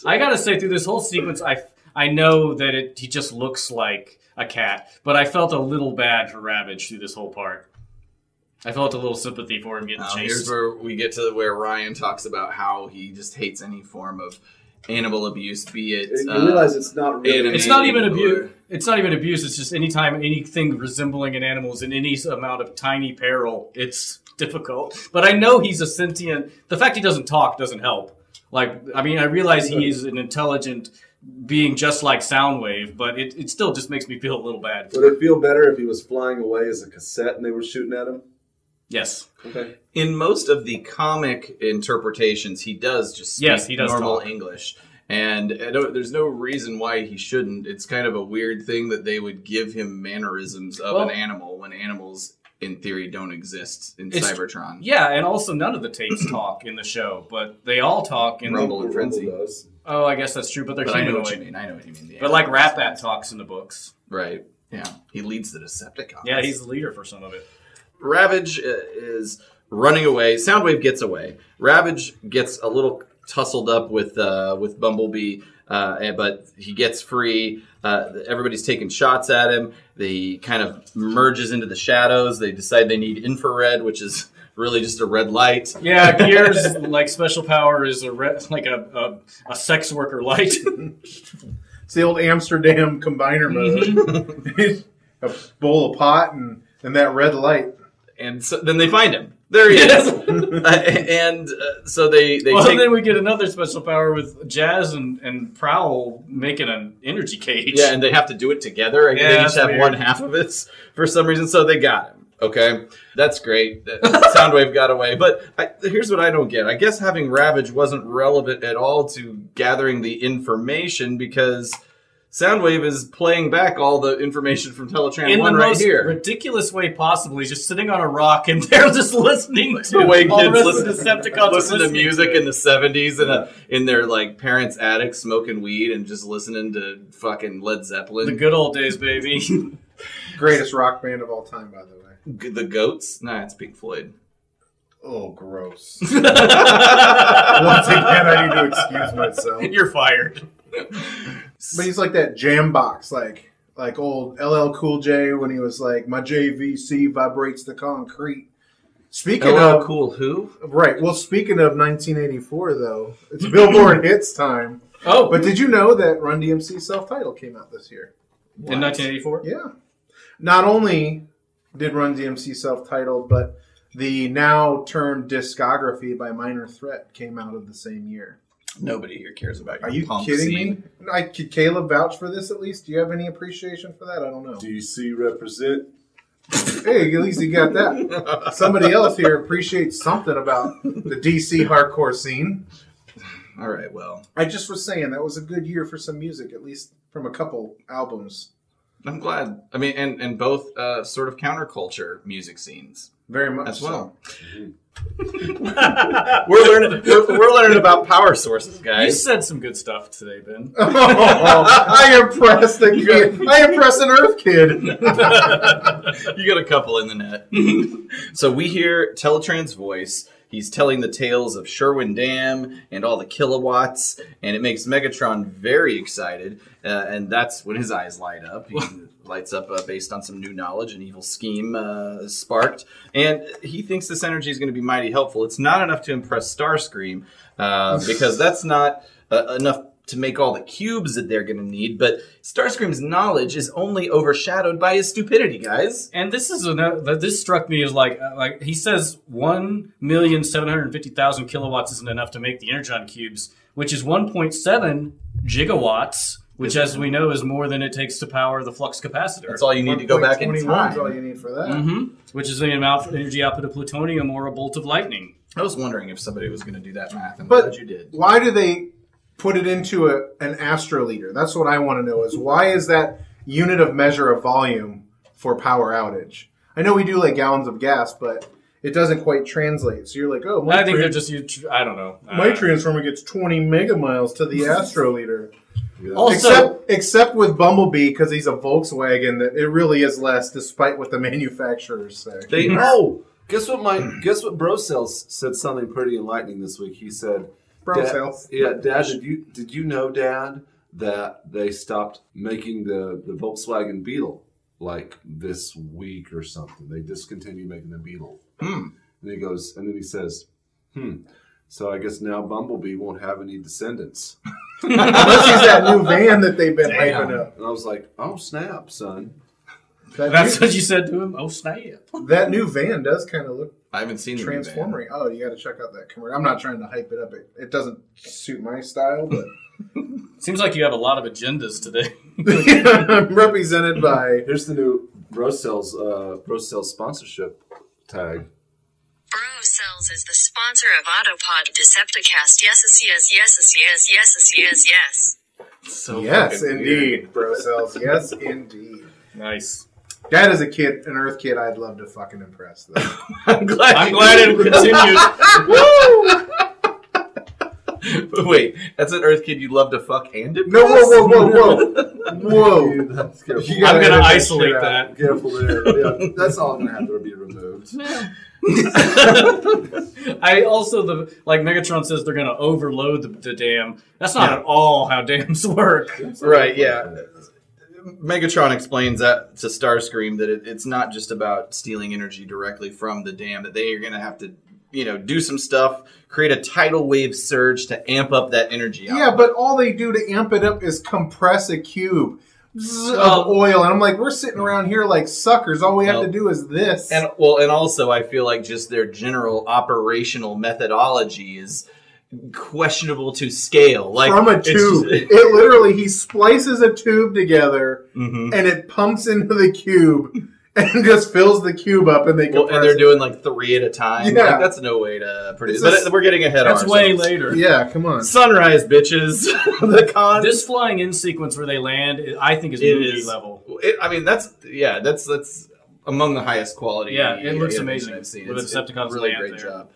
C: I gotta say, through this whole sequence, I I know that it he just looks like a cat, but I felt a little bad for Ravage through this whole part. I felt a little sympathy for him getting
E: Now, Oh, here's
C: chased.
E: where we get to where Ryan talks about how he just hates any form of animal abuse, be it.
B: And
E: uh,
B: you realize it's not really.
E: anime
C: It's not even
E: or-
C: abuse. It's not even abuse. It's just anytime anything resembling an animal is in any amount of tiny peril, it's difficult. But I know he's a sentient. The fact he doesn't talk doesn't help. Like, I mean, I realize he is an intelligent being, just like Soundwave, but it, it still just makes me feel a little bad.
B: Would it feel better if he was flying away as a cassette and they were shooting at him?
C: Yes.
B: Okay.
E: In most of the comic interpretations, he does just speak
C: Yes, he does
E: normal
C: talk.
E: English. And I don't, there's no reason why he shouldn't. It's kind of a weird thing that they would give him mannerisms of
C: Well-
E: an animal when animals, in theory, don't exist in
C: It's-
E: Cybertron.
C: Yeah, and also none of the tapes talk in the show, but they all talk in.
E: Rumble and Frenzy.
B: does.
C: Oh, I guess that's true, but they're
E: But I know what you
C: humanoid.
E: mean. I know what you mean. The
C: But like
E: animals.
C: Rat Bat talks in the books.
E: Right. Yeah. He leads the Decepticons.
C: Yeah, he's the leader for some of it.
E: Ravage uh, is running away. Soundwave gets away. Ravage gets a little tussled up with uh, with Bumblebee, uh, and- but he gets free. Uh, everybody's taking shots at him. He kind of merges into the shadows. They decide they need infrared, which is really just a red light.
C: Yeah, Gears like special power is a re- like a, a a sex worker light.
A: It's the old Amsterdam combiner mode.
C: Mm-hmm.
A: a bowl of pot and, and that red light.
E: And so, then they find him. There he is. Uh, and uh, so they they
C: well,
E: take
C: then we get another special power with Jazz and, and Prowl making an energy cage.
E: Yeah, and they have to do it together. I
C: Yeah,
E: think they each
C: that's
E: have
C: weird.
E: one half of it for some reason, so they got him. Okay, that's great. That- Soundwave got away, but I, here's what I don't get. I guess having Ravage wasn't relevant at all to gathering the information because Soundwave is playing back all the information from Teletran
C: in the
E: One right
C: most
E: here.
C: ridiculous way possible. He's just sitting on a rock and they're just listening to
E: the way
C: all
E: kids
C: rest
E: listen,
C: of the Decepticons are
E: listen to
C: listening
E: music
C: it.
E: in the 70s and uh in their like parents' attic smoking weed and just listening to fucking Led Zeppelin.
C: the good old days, baby.
A: Greatest rock band of all time, by the way.
E: G- the goats? Nah, it's Pink Floyd.
A: Oh, gross. Once again, I need to excuse myself.
C: You're fired.
A: But he's like that jam box, like like old LL Cool J when he was like, "My JVC vibrates the concrete." Speaking
E: LL
A: of
E: Cool Who?
A: right, well, speaking of 1984, though, it's Billboard hits time.
C: Oh,
A: But did you know that Run DMC self title came out this year?
C: in 1984.
A: Yeah. Not only did Run DMC self titled, but the now termed discography by Minor Threat came out of the same year.
E: Nobody here cares about your
A: Are you
E: punk
A: kidding
E: scene.
A: me? I, could Caleb vouch for this at least? Do you have any appreciation for that? I don't know.
B: DC represent.
A: Hey, at least you got that. Somebody else here appreciates something about the DC hardcore scene.
E: All right, well,
A: I just was saying that was a good year for some music, at least from a couple albums.
E: I'm glad. I mean, and and both uh, sort of counterculture music scenes
A: Very much
E: as
A: so.
E: well. we're learning. We're, we're learning about power sources,
C: You
E: guys.
C: said some good stuff today, Ben.
A: I impressed the kid. I impressed an Earth kid.
E: you got a couple in the net. so we hear Teletran's voice. He's telling the tales of Sherwin Dam and all the kilowatts, and it makes Megatron very excited. Uh, and that's when his eyes light up. He lights up uh, based on some new knowledge and evil scheme uh, sparked. And he thinks this energy is going to be mighty helpful. It's not enough to impress Starscream uh, because that's not uh, enough to make all the cubes that they're going to need. But Starscream's knowledge is only overshadowed by his stupidity, guys.
C: And this is another. that- This struck me as like uh, like he says one million seven hundred fifty thousand kilowatts isn't enough to make the energon cubes, which is one point seven gigawatts, which as we know is more than it takes to power the flux capacitor.
E: That's all you need to go back in
A: 1.21 is all
E: time. Mm-hmm.
A: you need for that.
C: hmm Which is the amount of energy output of plutonium or a bolt of lightning.
E: I was wondering if somebody was going to do that math, and
A: But-
E: glad you did.
A: Why do they put it into a, an astro leader? That's what I want to know. Is why is that unit of measure of volume for power outage? I know we do like gallons of gas, but it doesn't quite translate. So you're like, oh, my,
C: I think
A: tran-
C: they're just you. tr- I don't know.
A: my
C: Uh,
A: transformer gets 20 megamiles to the astro leader.
C: Also,
A: except, except with Bumblebee because he's a Volkswagen that it really is less, despite what the manufacturers say.
B: They oh, guess what? My guess what? Bro Sales said something pretty enlightening this week. He said,
A: Bro
B: "Dad-
A: sales.
B: Yeah, Dad, did you did you know, Dad, that they stopped making the the Volkswagen Beetle like this week or something? They discontinued making the Beetle."
E: Hmm.
B: And he goes, and then he says, "Hmm." So I guess now Bumblebee won't have any descendants.
A: Unless he's that new van that they've been
E: Damn.
A: hyping up.
B: And I was like, "Oh snap, son!"
A: That,
C: that's
A: new,
C: what you said to him. Oh snap!
A: that new van does kind of look
E: I haven't seen the new band.
A: transformery. Oh, you got to check out that commercial. I'm not trying to hype it up. It, it doesn't suit my style, but
C: Seems like you have a lot of agendas today.
A: I'm represented by.
B: Here's the new Bro Sales uh, Bro Sales sponsorship tag.
G: Bro Cells is the sponsor of Autopod Decepticast. Yes, yes, yes, yes, yes, yes, yes, yes.
E: So
A: yes,
E: fucking
A: indeed,
E: weird.
A: bro cells. Yes, indeed.
C: Nice.
A: Dad is a kid, an Earth kid. I'd love to fucking impress. Though.
E: I'm glad.
C: I'm glad it continued.
E: Wait, that's an Earth kid you'd love to fuck and it.
A: no, whoa, whoa, whoa, whoa, whoa.
B: That's careful.
A: You gotta
C: I'm gonna
A: edit that
C: isolate
A: shit out.
C: that.
B: Careful there. Yeah, that's all gonna have to be removed.
C: I also the like Megatron says they're gonna overload the, the dam. That's not at all how dams work.
E: Right, yeah. Megatron explains that to Starscream that it, it's not just about stealing energy directly from the dam; that they are going to have to, you know, do some stuff, create a tidal wave surge to amp up that energy.
A: Yeah, but all they do to amp it up is compress a cube zzz, of
C: Well-
A: oil, and I'm like, we're sitting around here like suckers. All we have
E: Well,
A: to do is this.
E: And well, and also I feel like just their general operational methodology is questionable to scale. Like
A: from a
E: it's
A: tube,
E: just-
A: it literally he splices a tube together
E: Mhm.
A: and it pumps into the cube and just fills the cube up, and they
E: Well,
A: compress.
E: and they're doing like three at a time.
A: Yeah.
E: Like, that's no way to produce.
A: It's just-
E: but we're getting ahead.
C: That's
E: of
C: way
E: ourselves.
C: later.
A: yeah, come on.
E: Sunrise, bitches. the con.
C: This flying in sequence where they land, it- I think, is
E: It
C: movie
E: is.
C: level.
E: It, I mean, that's yeah, that's that's among the highest quality.
C: Yeah, it looks
E: animation
C: amazing
E: I've seen.
C: with
E: It's
C: the
E: it's a
C: Decepticons
E: really
C: way up
E: great
C: there.
E: job.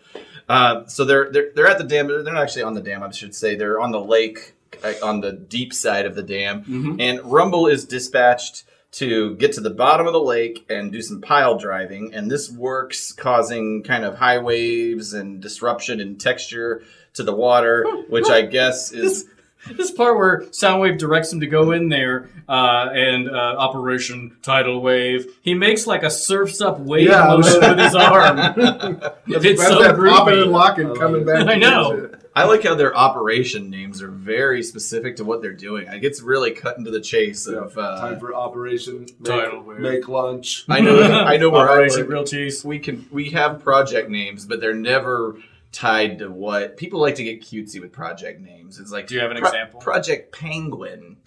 E: Uh, so they're they're they're at the dam. They're not actually on the dam. I should say they're on the lake uh, on the deep side of the dam.
C: Mm-hmm.
E: And Rumble is dispatched to get to the bottom of the lake and do some pile driving. And this works, causing kind of high waves and disruption in texture to the water, which I guess is
C: This part where Soundwave directs him to go in there uh, and uh, Operation Tidal Wave, he makes like a surfs up wave
A: Yeah, I was-
C: motion with his arm. it's
A: That's
C: so
A: that popping and
C: groovy.
A: locking coming back.
C: I
A: to
C: know.
A: use it.
E: I like how their operation names are very specific to what they're doing. It gets really cut into the chase of.
B: Time
E: Uh,
B: for operation.
C: Tidal
B: Make,
C: wave.
B: make lunch.
E: I know. I know where I
C: Operation
E: work.
C: Real Cheese.
E: We can we have project names, but they're never tied to what people like to get cutesy with project names. It's like,
C: Do you have an example?
E: Project Penguin.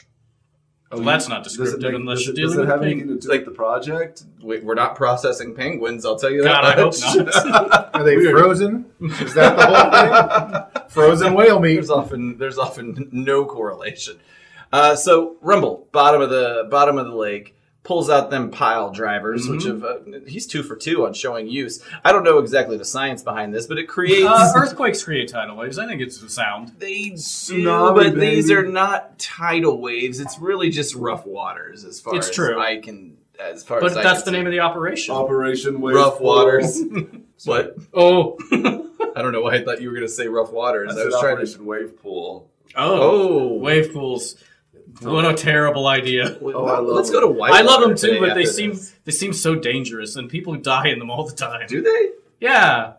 C: Well, that's not
B: Does it
C: descriptive
B: make-
C: unless
B: does
C: you're
B: it-
C: dealing
B: Does it
C: with
B: have
C: pink.
B: anything to do
E: Like-
B: with the project?
E: We, we're not processing penguins. I'll tell you that.
C: God, I hope
E: much.
C: not.
A: Are they frozen? Is that the whole thing? frozen whale meat.
E: there's often there's often no correlation. Uh, so Rumble, bottom of the bottom of the lake, pulls out them pile drivers, which have uh,
C: Mm-hmm.
E: he's two for two on showing use. I don't know exactly the science behind this, but it creates.
C: uh, earthquakes create tidal waves. I think it's the sound.
E: they do,
B: Tsunami,
E: but these
B: baby.
E: are not tidal waves. It's really just rough waters, as far
C: It's
E: as
C: true.
E: I can. As far
C: But
E: as I
C: that's the
E: can see.
C: name of the operation.
B: Oh. Operation Wave
E: rough
B: Four.
E: waters. what?
C: oh.
E: I don't know why I thought you were going to say rough waters.
B: I
E: I,
B: said
E: was trying to.
B: Operation Wave Pool.
C: Oh.
E: Oh,
C: Wave pools. What a terrible idea.
B: Oh, I love
E: let's
B: them.
E: go to white.
C: I love them
E: water
C: too,
E: today
C: but they
E: after
C: seem
E: this.
C: they seem so dangerous, and people die in them all the time.
E: Do they?
C: Yeah,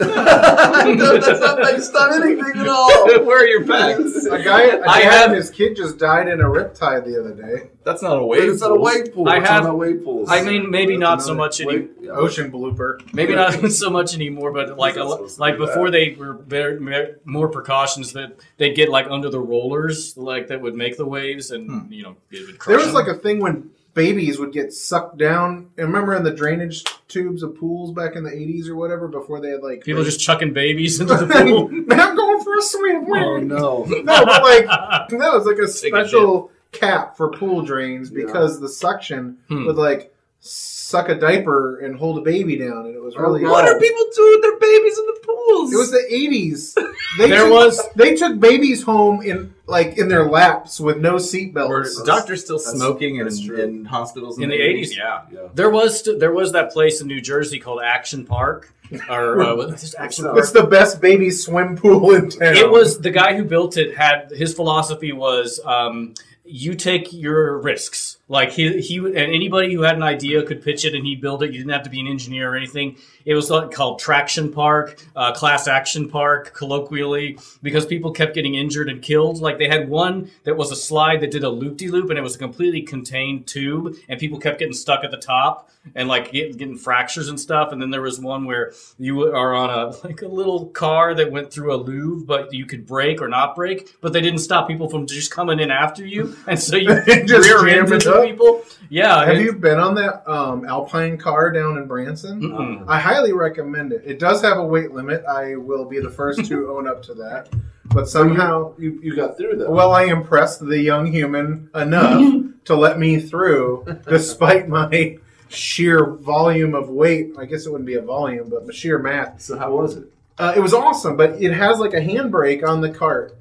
B: no, that's not based on anything at all.
E: Where are your facts?
A: A guy, a
C: I
A: guy
C: have-
A: and his kid just died in a riptide the other day.
E: That's not a
B: But
E: wave.
B: it's not a
E: pool.
B: wave pool.
C: I
B: it's
C: have-
B: not about wave pools.
C: I mean, maybe
B: That's
C: not so
B: another
C: much
B: wave- yeah.
A: Ocean blooper.
C: maybe not so much anymore, but like
B: not
C: a-
B: supposed to
C: like
B: do that.
C: before they were better, mer- more precautions that they get like under the rollers, like that would make the waves, and you know it would
A: There
C: crush.
A: was
C: them.
A: like a thing when babies would get sucked down. And remember in the drainage tubes of pools back in the 80s or whatever before they had like.
C: people just chucking babies into the pool.
A: I'm going for a swim.
B: Oh no.
A: No, but like that was like a
E: a
A: special cap for pool drains because the suction
C: Hmm.
A: would like suck a diaper and hold a baby down, and it was
B: Oh,
A: really.
B: God.
E: What are people doing with their babies in the pools?
A: It was the eighties. They
C: There
A: took,
C: was-
A: they took babies home in like in their laps with no
E: Were
A: seatbelts.
E: doctors still
B: That's-
E: smoking
B: that's
E: in,
B: true.
E: in hospitals
C: in the eighties. Yeah,
B: Yeah.
C: there was st- there was that place in New Jersey called Action Park, or uh, what- just Action Park.
A: It's the best baby swim pool in town.
C: It was the guy who built it had his philosophy was um, you take your risks. Like he he and anybody who had an idea could pitch it and he built it. You didn't have to be an engineer or anything. It was like called Traction Park, uh, Class Action Park, colloquially, because people kept getting injured and killed. Like they had one that was a slide that did a loop de loop and it was a completely contained tube and people kept getting stuck at the top and like get, getting fractures and stuff. And then there was one where you are on a like a little car that went through a louvre, but you could brake or not brake, but they didn't stop people from just coming in after you. and so you
A: Just
C: rear
A: jam
C: end
A: it
C: into
A: up.
C: people. Yeah,
A: Have
C: it-
A: you been on that um, Alpine car down in Branson?
C: Mm-mm.
A: I highly recommend it. It does have a weight limit. I will be the first to own up to that. But somehow,
B: You, you got through though.
A: well, I impressed the young human enough to let me through, despite my sheer volume of weight. I guess it wouldn't be a volume, but my sheer math.
B: so how was it?
A: Uh, it was awesome, but it has like a handbrake on the cart,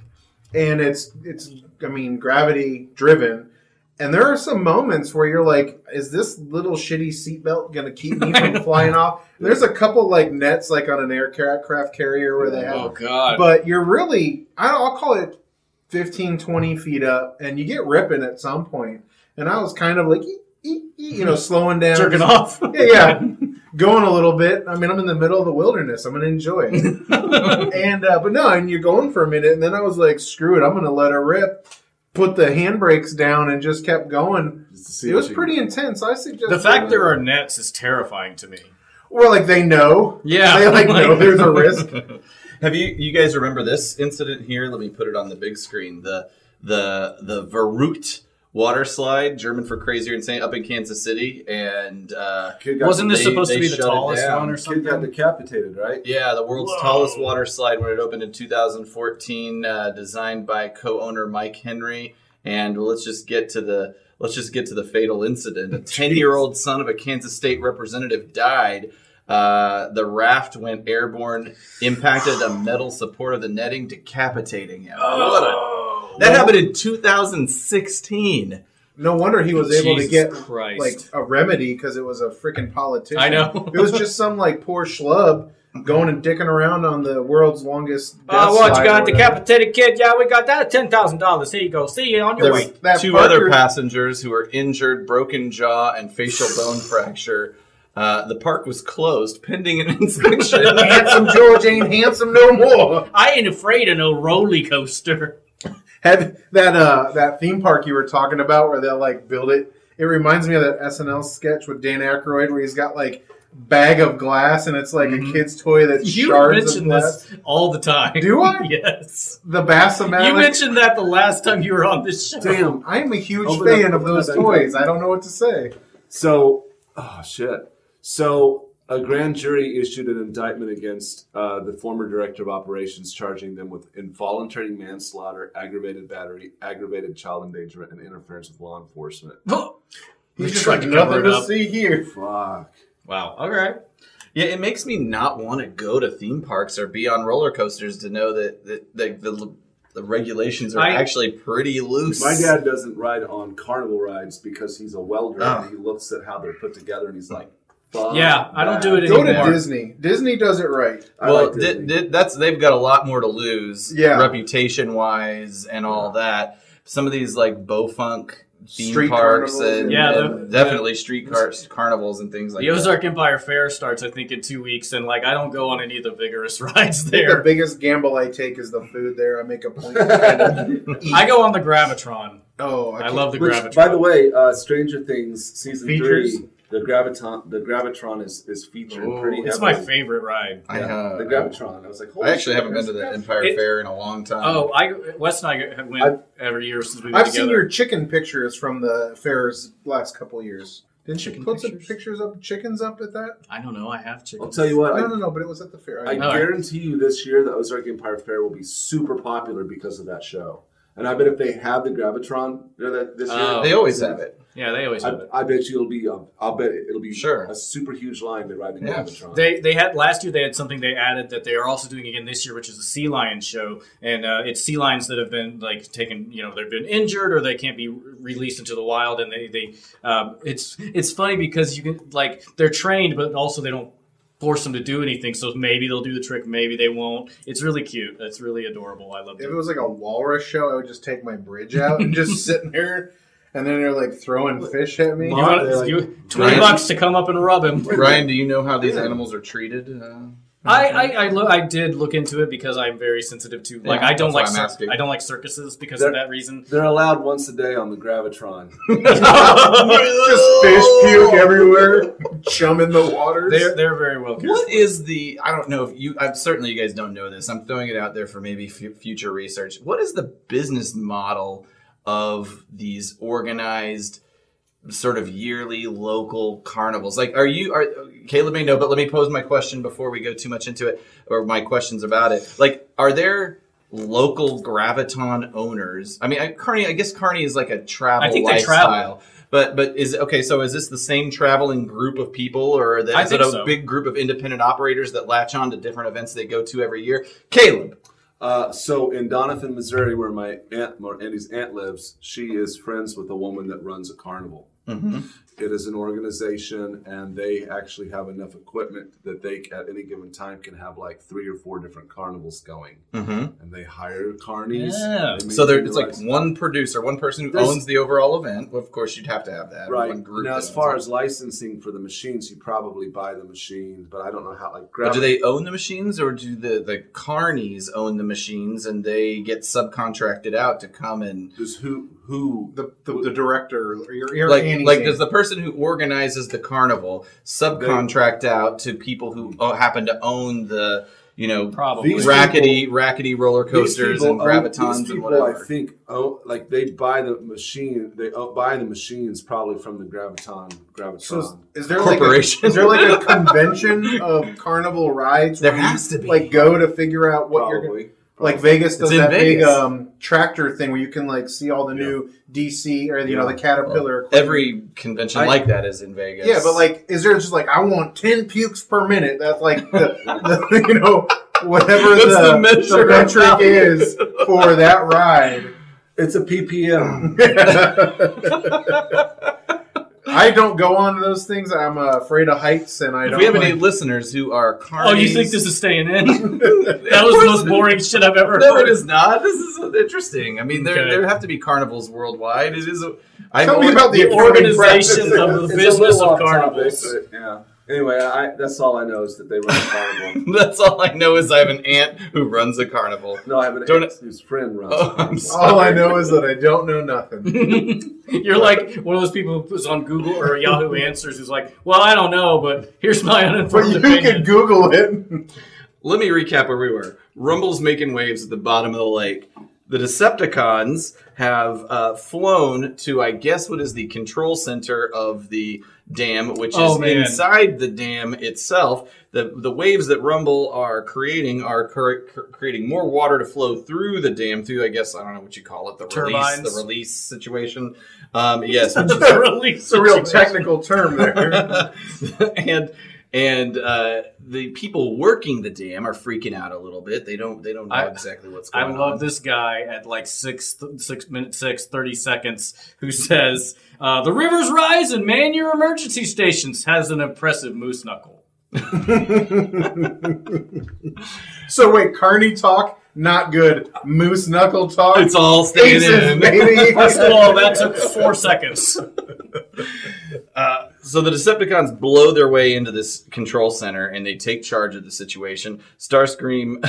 A: and it's it's I mean gravity driven. And there are some moments where you're like, is this little shitty seatbelt gonna keep me from flying off? And there's a couple like nets like on an aircraft carrier where they have,
C: Oh God!
A: but you're really I- I'll call it 15, 20 feet up, and you get ripping at some point. And I was kind of like, eek, eek, eek, you know, slowing down,
C: Jerking off.
A: yeah, yeah. Going a little bit. I mean, I'm in the middle of the wilderness. I'm gonna enjoy it. and uh, but no, and you're going for a minute, and then I was like, screw it. I'm gonna let her rip. Put the handbrakes down and just kept going.
B: Just to see
A: It
B: what
A: was
B: you-
A: pretty intense. I suggest
C: The fact there are nets is terrifying to me.
A: well, like they know.
C: Yeah,
A: they like know there's a risk.
E: Have you you guys remember this incident here? Let me put it on the big screen. The the the Verrucht water slide, German for crazy or insane, up in Kansas City, and uh,
B: Kid got-
C: Wasn't this
E: They-
C: supposed to
E: they
C: be the
E: shut it
C: tallest
E: down.
C: one or
B: kid got
C: something?
B: decapitated, right?
E: yeah, the world's
C: Whoa.
E: tallest water slide when it opened in 2014, uh, designed by co-owner Mike Henry. And let's just get to the let's just get to the fatal incident. A 10 year old son of a Kansas State representative died. Uh, the raft went airborne, impacted a metal support of the netting, decapitating him. What a That happened in 2016.
A: No wonder he was able to
C: Jesus
A: get
C: Christ.
A: like a remedy because it was a freaking politician.
C: I know.
A: it was just some like poor schlub going and dicking around on the world's longest.
C: Oh,
A: death
C: well,
A: slide
C: you
A: or
C: got a
A: whatever.
C: decapitated kid. Yeah, we got that at ten thousand dollars. Here you go. See you on your
E: There
C: way.
E: were
A: That
E: two
A: Parker-
E: other passengers who were injured, broken jaw, and facial bone fracture. Uh, the park was closed pending an inspection.
A: handsome George ain't handsome no more.
C: I ain't afraid of no roller coaster.
A: Had that uh that theme park you were talking about where they'll like build it. It reminds me of that SNL sketch with Dan Aykroyd where he's got like bag of glass and it's like a kid's toy that's
C: Mm-hmm. You
A: shards of
C: mention
A: glass.
C: this all the time.
A: Do I?
C: Yes.
A: The Bassamalic.
C: you mentioned that the last time you were on this show.
A: Damn, I am a huge
B: Open
A: fan
B: up-
A: of
B: open
A: those
B: up that
A: toys. I don't know what to say.
B: So, oh shit. So, a grand jury issued an indictment against uh, the former director of operations, charging them with involuntary manslaughter, aggravated battery, aggravated child endangerment, and interference with law enforcement.
A: He's just
C: tried
A: like
C: to cover
A: nothing
C: it
A: to
C: up.
A: see here.
B: Fuck.
E: wow. All right. Yeah, it makes me not want to go to theme parks or be on roller coasters to know that, that, that the, the regulations are
C: I-
E: actually pretty loose.
B: My dad doesn't ride on carnival rides because he's a welder
E: Oh.
B: and he looks at how they're put together and he's like, fuck.
C: Yeah, I don't
B: that.
C: do it
A: Go
C: Anymore.
A: to Disney. Disney does it right.
B: I
E: well,
B: like
E: di-
B: Disney.
E: di- that's they've got a lot more to lose,
A: Yeah.
E: reputation wise, and all that. Some of these like Bowfunk theme
A: Street
E: parks
A: carnivals
E: and,
A: and-
C: Yeah,
E: and
C: the-
E: definitely street car- carnivals and things like
C: The
E: that.
C: Ozark Empire Fair starts, I think, in two weeks, and like I don't go on any of the vigorous rides
A: I think the
C: there.
A: biggest gamble I take is the food there. I make a point. to kind of eat.
C: I go on the Gravitron.
A: oh,
C: I love the
B: Which,
C: Gravitron.
B: by the way, uh, Stranger Things season
A: Features?
B: three, the graviton, the gravitron is is featured pretty.
C: it's my
B: heavily.
C: favorite ride.
E: I,
B: Yeah,
E: uh,
B: the Gravitron. I was like,
E: I actually
B: shit,
E: haven't been to the
B: there's
E: Empire
C: It-
E: Fair in a long time.
C: Oh, I Wes and I have went
B: I've-
C: every year since we've been
A: I've
C: together.
A: seen your chicken pictures from the fairs last couple years. Didn't you
C: Chicken
A: put some
C: pictures?
A: pictures up, chickens up at that?
C: I don't know. I have
B: a-
C: chickens.
B: I'll tell you what.
A: No,
B: I,
A: no, no, but it was at the fair.
B: I
A: I,
C: All right.
B: guarantee you, this year the Ozark Empire Fair will be super popular because of that show. And I bet if they have the Gravitron you know, that this
C: Oh.
E: they
B: year,
E: always have it.
C: Yeah, they always have it.
B: I, I bet you it'll be. Um, I'll bet it'll be
E: Sure.
B: a super huge line. They ride the
E: Yeah.
B: Gravitron.
C: They they had last year. They had something they added that they are also doing again this year, which is a sea lion show, and uh, it's sea lions that have been like taken. You know, they've been injured or they can't be re- released into the wild, and they they um, it's it's funny because you can like they're trained, but also they don't force them to do anything. So maybe they'll do the trick, maybe they won't. It's really cute. It's really adorable. I love
A: if
C: it.
A: it was like a walrus show, I would just take my bridge out and just sit there, and then they're like throwing fish at me.
C: You want
B: They're like-
C: you, twenty
E: Ryan-
C: bucks to come up and rub him.
E: Ryan, do you know how these
B: Yeah.
E: animals are treated? Uh,
C: I I I, lo- I did look into it because I'm very sensitive to like
E: Yeah,
C: I don't
E: that's why
C: like
E: I'm
C: cir-
E: asking.
C: I don't like circuses because of
B: They're-
C: that reason.
B: They're allowed once a day on the Gravitron.
A: just fish puke everywhere, chum in the waters.
C: They're they're very well cared.
E: What is the? I don't know if you. I'm certainly you guys don't know this. I'm throwing it out there for maybe f- future research. What is the business model of these organized sort of yearly local carnivals like are you are caleb may know but let me pose my question before we go too much into it or my questions about it like are there local graviton owners i mean I, carney i guess carney is like a travel
C: I think they travel.
E: lifestyle but but is okay so is this the same traveling group of people or are there,
C: I
E: is it
C: think
E: a
C: so.
E: big group of independent operators that latch on to different events they go to every year caleb
B: Uh, so in Donovan, Missouri, where my aunt, my Andy's aunt lives, she is friends with a woman that runs a carnival.
E: Mm-hmm.
B: It is an organization, and they actually have enough equipment that they, at any given time, can have like three or four different carnivals going.
E: Mhm.
B: And they hire carnies.
C: Yeah.
B: They
E: So
B: make
E: there,
B: it
E: it's like
B: nice.
E: one producer, one person who
B: There's-
E: owns the overall event. Well, of course, you'd have to have that.
B: right
E: One group
B: now.
E: that
B: As
E: owns
B: far
E: it.
B: as licensing for the machines, you probably buy the machines, but I don't know how. Like,
E: But do they own the machines, or do the the carnies own the machines and they get subcontracted out to come and
B: Does who who
A: The, the, the director, or your, your
E: like
A: Annie's
E: like
A: aunt.
E: does the person who organizes the carnival subcontract out to people who o- happen to own the you know
C: Probably.
B: These
E: rackety rackety roller
B: These
E: coasters
B: people
E: and
B: own-
E: gravitons
B: these
E: and
B: people,
E: whatever?
B: I think oh, like they buy the machine. They o- buy the machines probably from the graviton. Graviton.
A: So is, is there
E: Corporation.
A: like a, is there like a convention of carnival rides?
E: There
A: where you,
E: has to be.
A: like go to figure out what you're
B: Probably.
A: like Vegas does
E: in
A: that big
E: Vegas.
A: um, tractor thing where you can like see all the new DC or you know
B: Yeah.
A: the Caterpillar. equipment.
E: Every convention
B: I-
E: like that is in Vegas.
A: yeah, but like, is there just like I want ten pukes per minute? That's like the, the you know whatever
E: That's
A: the,
E: the measure of
A: metric
E: value.
A: is for that ride.
B: it's a ppm.
A: I don't go on those things. I'm uh, afraid of heights, and I
E: if
A: don't.
E: we have any
A: like-
E: listeners who are carnies,
C: Oh, you think this is staying in? that was the most boring shit I've ever
E: No,
C: heard.
E: it is not. This is interesting. I mean, there
C: Okay.
E: there have to be carnivals worldwide. It is. A, I've
A: Tell me
E: always-
A: about the
C: organization
A: organization.
C: of the
B: It's a
C: business
B: little
C: of
B: off topic,
C: carnivals.
B: but yeah. Anyway, I, that's all I know is that they run a carnival.
E: That's all I know is I have an aunt who runs a carnival.
B: No, I have an
E: Don't-
B: ex whose friend runs. a
E: Oh,
B: carnival.
E: I'm sorry.
A: All I know is that I don't know nothing.
C: You're like one of those people who's on Google or Yahoo Answers who's like, "Well, I don't know, but here's my
A: but
C: uninformed
A: you
C: opinion."
A: could Google it.
E: Let me recap where we were. Rumble's making waves at the bottom of the lake. The Decepticons have uh, flown to, I guess, what is the control center of the dam, which
C: Oh,
E: is
C: man.
E: inside the dam itself. The, the waves that Rumble are creating are cur- cur- creating more water to flow through the dam, through, I guess, I don't know what you call it, the release,
C: Turbines.
E: the release situation. Um, yes, which is
A: It's a real technical term there.
E: and and uh, the people working the dam are freaking out a little bit. They don't they don't know
C: I-
E: exactly what's going
C: I
E: on.
C: love this guy at like six six minutes six thirty seconds who says uh, the river's rising, man. Your emergency stations has an impressive moose knuckle.
A: So wait, Carney talk not good. Moose knuckle talk.
E: It's all staying
A: aces,
E: in.
A: baby.
C: First of all, that took four seconds.
E: So the Decepticons blow their way into this control center and they take charge of the situation. Starscream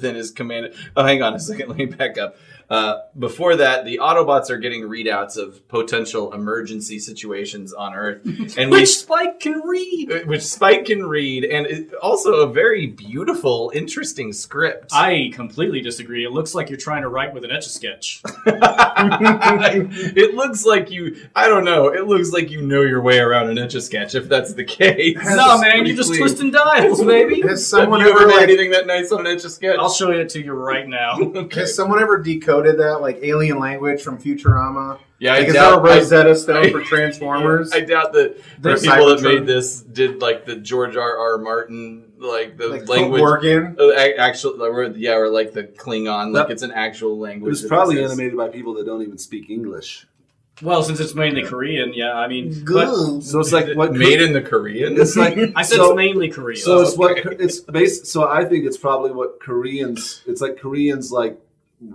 E: then is commanded. Oh, hang on a second. Let me back up. Uh, before that, the Autobots are getting readouts of potential emergency situations on Earth, and we Uh,
C: Which Spike can read.
E: which Spike can read, and it, also a very beautiful, interesting script.
C: I completely disagree. It looks like you're trying to write with an etch a sketch.
E: it looks like you. I don't know. It looks like you know your way around an etch a sketch. If that's the case,
C: No, man, you're just twisting dials, baby.
A: Has someone
E: Someone Have you ever
A: ever
E: made
A: like,
E: anything that nice on an etch a sketch?
C: I'll show it to you right now.
A: has someone ever decoded that like alien language from Futurama?
E: Yeah, I
A: Like, is that a
E: doubt. I,
A: Rosetta Stone
E: I-
A: for Transformers?
E: I doubt that the
A: They're
E: people that
A: Cybertron.
E: made this did like the George R. R. Martin like the
A: like
E: language.
A: Worgen.
E: uh, ac- Actual, like, or- yeah, or like the Klingon, like
B: That-
E: it's an actual language.
B: It was
E: that
B: probably
E: exists.
B: animated by people that don't even speak English.
C: Well, since it's mainly Korean, yeah, I mean, but
B: So it's like what
E: made in the Korean.
B: It's like
C: I said
B: so-
C: it's mainly Korean.
B: So it's what it's based. So I think it's probably what Koreans. It's like Koreans like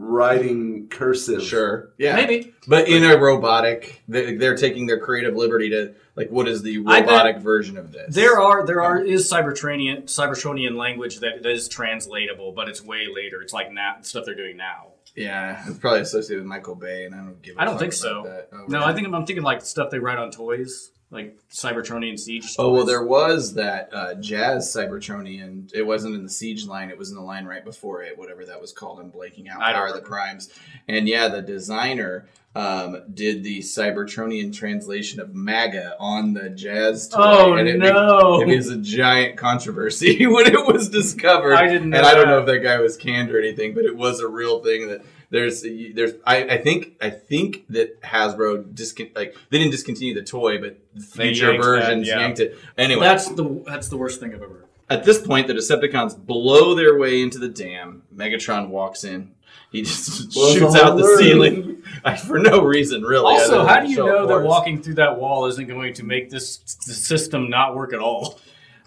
B: writing cursive.
E: Sure. Yeah.
C: Maybe.
E: But in a robotic, they- they're taking their creative liberty to like, what is the
C: I bet-
E: robotic version of this?
C: There are there are is Cybertronian Cybertronian language that that is translatable, but it's way later. It's like now stuff they're doing now.
E: Yeah, it's probably associated with Michael Bay, and I don't give. I
C: I don't think so. No, I think I'm, I'm thinking like stuff they write on toys. like Cybertronian siege. Stories.
E: Oh well, there was that uh, jazz Cybertronian. It wasn't in the siege line; it was in the line right before it, whatever that was called. I'm blanking out.
C: I don't
E: Power of the Primes, and yeah, the designer um, did the Cybertronian translation of MAGA on the jazz toy.
C: Oh
E: and it be-
C: no!
E: it was a giant controversy when it was discovered.
C: I didn't know
E: and I don't
C: that.
E: know if that guy was canned or anything, but it was a real thing that there's there's I, I think I think that Hasbro discon like they didn't discontinue the toy, but
C: They
E: future
C: yanked that,
E: versions
C: yeah.
E: yanked it. Anyway,
C: that's the that's the worst thing I've ever. heard.
E: at this point, the Decepticons blow their way into the dam. Megatron walks in. He just
B: Blows
E: shoots
B: a
E: out the
B: hole.
E: ceiling for no reason, really.
C: Also,
E: other
C: how
E: than
C: do you
E: show of
C: know that
E: force.
C: walking through that wall isn't going to make this s- system not work at all?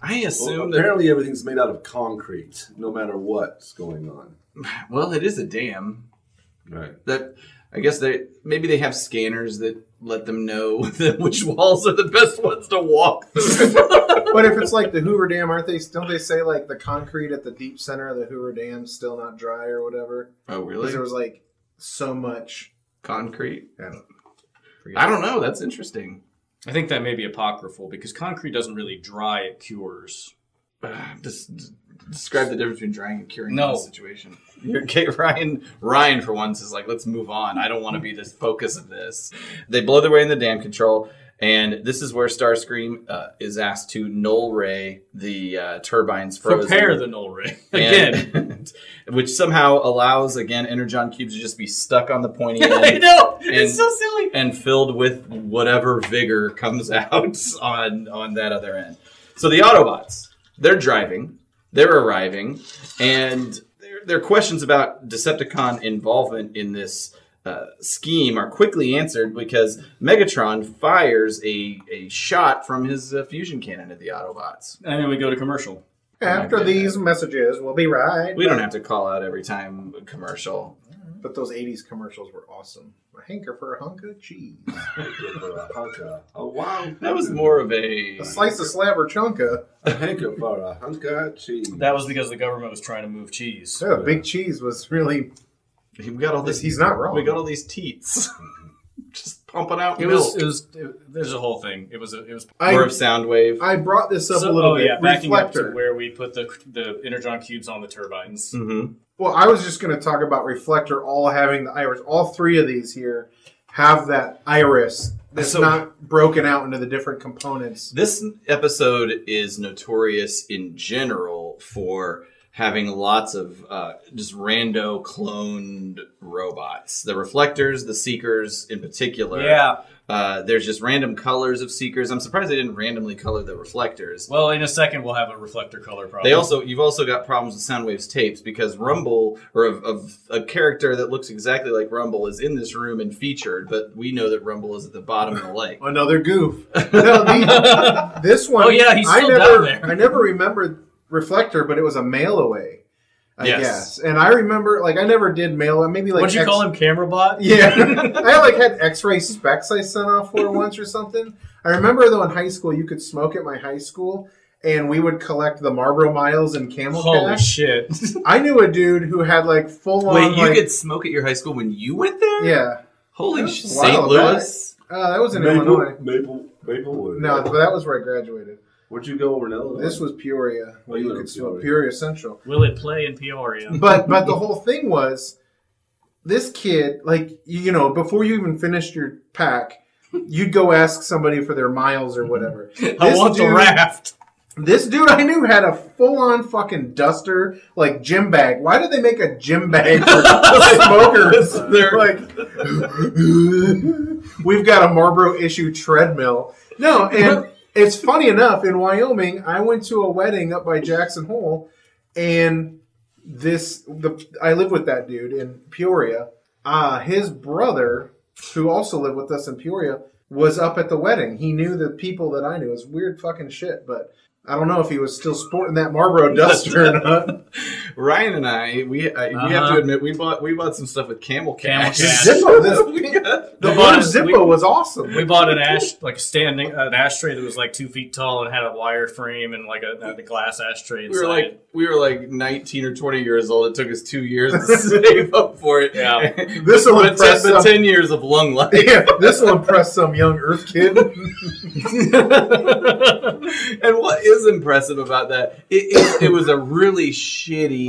E: I
B: Well,
E: assume that.
B: apparently everything's made out of concrete, no matter what's going on.
E: Well, it is a dam.
B: Right.
E: that I guess they maybe they have scanners that let them know that which walls are the best ones to walk. through.
A: But if it's like the Hoover Dam, aren't they? Don't they say like the concrete at the deep center of the Hoover Dam's still not dry or whatever?
E: oh,
A: Because
E: really?
A: there was like so much.
E: Concrete?
A: Yeah.
E: I don't know. That's interesting.
C: I think that may be apocryphal because concrete doesn't really dry; it cures.
E: Uh, Just d- describe the difference between drying and curing
C: No.
E: in this situation. Okay, Ryan. Ryan, for once, is like, let's move on. I don't want to be the focus of this. They blow their way in the dam control, and this is where Starscream uh, is asked to null ray the uh, turbines frozen.
C: Prepare the null ring
E: And-
C: again.
E: which somehow allows again energon cubes to just be stuck on the pointy
C: I
E: end
C: know
E: and-
C: it's so silly.
E: and filled with whatever vigor comes out on on that other end. So the Autobots, they're driving, they're arriving, and their, their questions about Decepticon involvement in this uh, scheme are quickly answered because Megatron fires a, a shot from his uh, fusion cannon at the Autobots.
C: And then we go to commercial.
E: Oh
A: After these messages, we'll be right.
E: We don't have to call out every time a commercial.
A: But those '80s commercials were awesome. I hanker for a hunk of cheese,
B: Good for a hunka. A wild
E: That was
B: hunka.
E: more of a.
A: a slice of slab or chunka.
B: a hanker for a hunka of cheese.
C: That was because the government was trying to move cheese.
A: Yeah, big cheese was really.
E: We got all this.
A: He's not wrong.
E: We got all these teats, just pumping out
C: It
E: milk.
C: was. It was. It, there's a whole thing. It was. A, it was.
E: more
A: I
E: of Soundwave.
A: I brought this up
C: So-
A: a little
C: oh
A: bit.
C: yeah, backing up
A: Reflector.
C: to where we put the the energon cubes on the turbines.
E: Mhm.
A: Well, I was just going to talk about Reflector all having the iris. All three of these here have that iris that's
E: So-
A: not broken out into the different components.
E: This episode is notorious in general for having lots of uh, just rando cloned robots. The reflectors, the seekers in
A: Mm.
E: particular.
C: Yeah.
E: Uh, there's just random colors of seekers. I'm surprised they didn't randomly color the reflectors.
C: Well, in a second we'll have a reflector color problem.
E: They also you've also got problems with Soundwave's tapes because Rumble or of, of a character that looks exactly like Rumble is in this room and featured, but we know that Rumble is at the bottom of the lake.
A: Another goof. No, the- this one.
C: Oh, yeah, he's still
A: I never,
C: down there.
A: I never remembered Reflector, but it was a mail away. I
C: Yes.
A: guess. And I remember, like, I never did mail. uh, Maybe like.
C: What'd you
A: X-
C: call him, camera bot?
A: Yeah, I like had X-ray specs I sent off for once or something. I remember though in high school you could smoke at my high school, and we would collect the Marlboro miles and Camel
C: Holy
A: Cash.
C: shit!
A: I knew a dude who had like full on.
E: Wait, you
A: like,
E: could smoke at your high school when you went there?
A: Yeah,
E: Holy
A: That's
E: sh-
A: a
E: St.
A: while back.
E: Louis.
A: uh, that was in Illinois.
B: Maple, Maple, Maplewood.
A: No, but that was where I graduated.
B: Where'd you go over in Illinois?
A: This was Peoria, where
B: Oh, you
A: you
B: were in
A: could smoke
B: Peoria.
A: Peoria Central.
C: Will it play in Peoria?
A: But but the whole thing was, this kid like you know before you even finished your pack. You'd go ask somebody for their miles or whatever.
C: I
A: This
C: want the
A: dude-
C: raft.
A: This dude I knew had a full on fucking duster, like gym bag. Why did they make a gym bag for smokers?
E: They're-
A: like, we've got a Marlboro issue treadmill. No, and it's funny enough, in Wyoming, I went to a wedding up by Jackson Hole, and this, the I live with that dude in Peoria. Uh, his brother, who also lived with us in Peoria, was up at the wedding. He knew the people that I knew. It's weird fucking shit, but I don't know if he was still sporting that Marlboro Duster or not.
E: Ryan and I, we uh, we have
C: Uh-huh.
E: to admit, we bought we bought some stuff with camel
C: Camel
E: cash.
C: cash.
A: Zippo, this,
E: We got-
A: the
C: We
A: one
C: bought it-
A: Zippo
C: we-
A: was awesome.
C: We bought an ash like a standing an ashtray that was like two feet tall and had a wire frame and like a, had a glass ashtray
E: we
C: inside.
E: were like we were like 19 or 20 years old. It took us two years to save up for it.
C: Yeah.
A: This will
E: but, ten,
A: impress
E: but
A: some.
E: 10 years of lung life.
A: Yeah, this will impress some young Earth kid.
E: and what is impressive about that? It, it, it was a really shitty.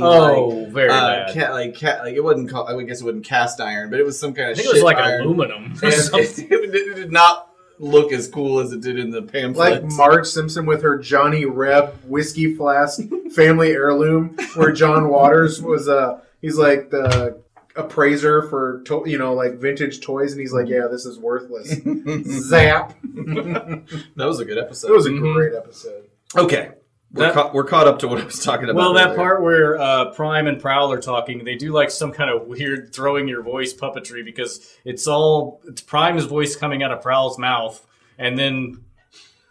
C: oh,
E: like,
C: very
E: uh,
C: bad.
E: ca- like ca- like it wasn't called, I guess it wasn't cast iron, but it was some kind
C: I
E: of
C: think it was
E: shit
C: like
E: iron.
C: aluminum. or
E: And
C: something.
E: it, it did- it did not look as cool as it did in the pamphlet.
A: like Marge Simpson with her Johnny Reb whiskey flask family heirloom, where John Waters was uh he's like the appraiser for to- you know like vintage toys, and he's like, yeah, this is worthless. Zap! it
E: that was a good episode.
A: was a
C: Mhm.
A: great episode.
E: okay. We're,
C: That-
E: caught, we're caught up to what I was talking about.
C: Well, that
E: earlier.
C: part where uh, Prime and Prowl are talking, they do like some kind of weird throwing your voice puppetry because it's all it's Prime's voice coming out of Prowl's mouth, and then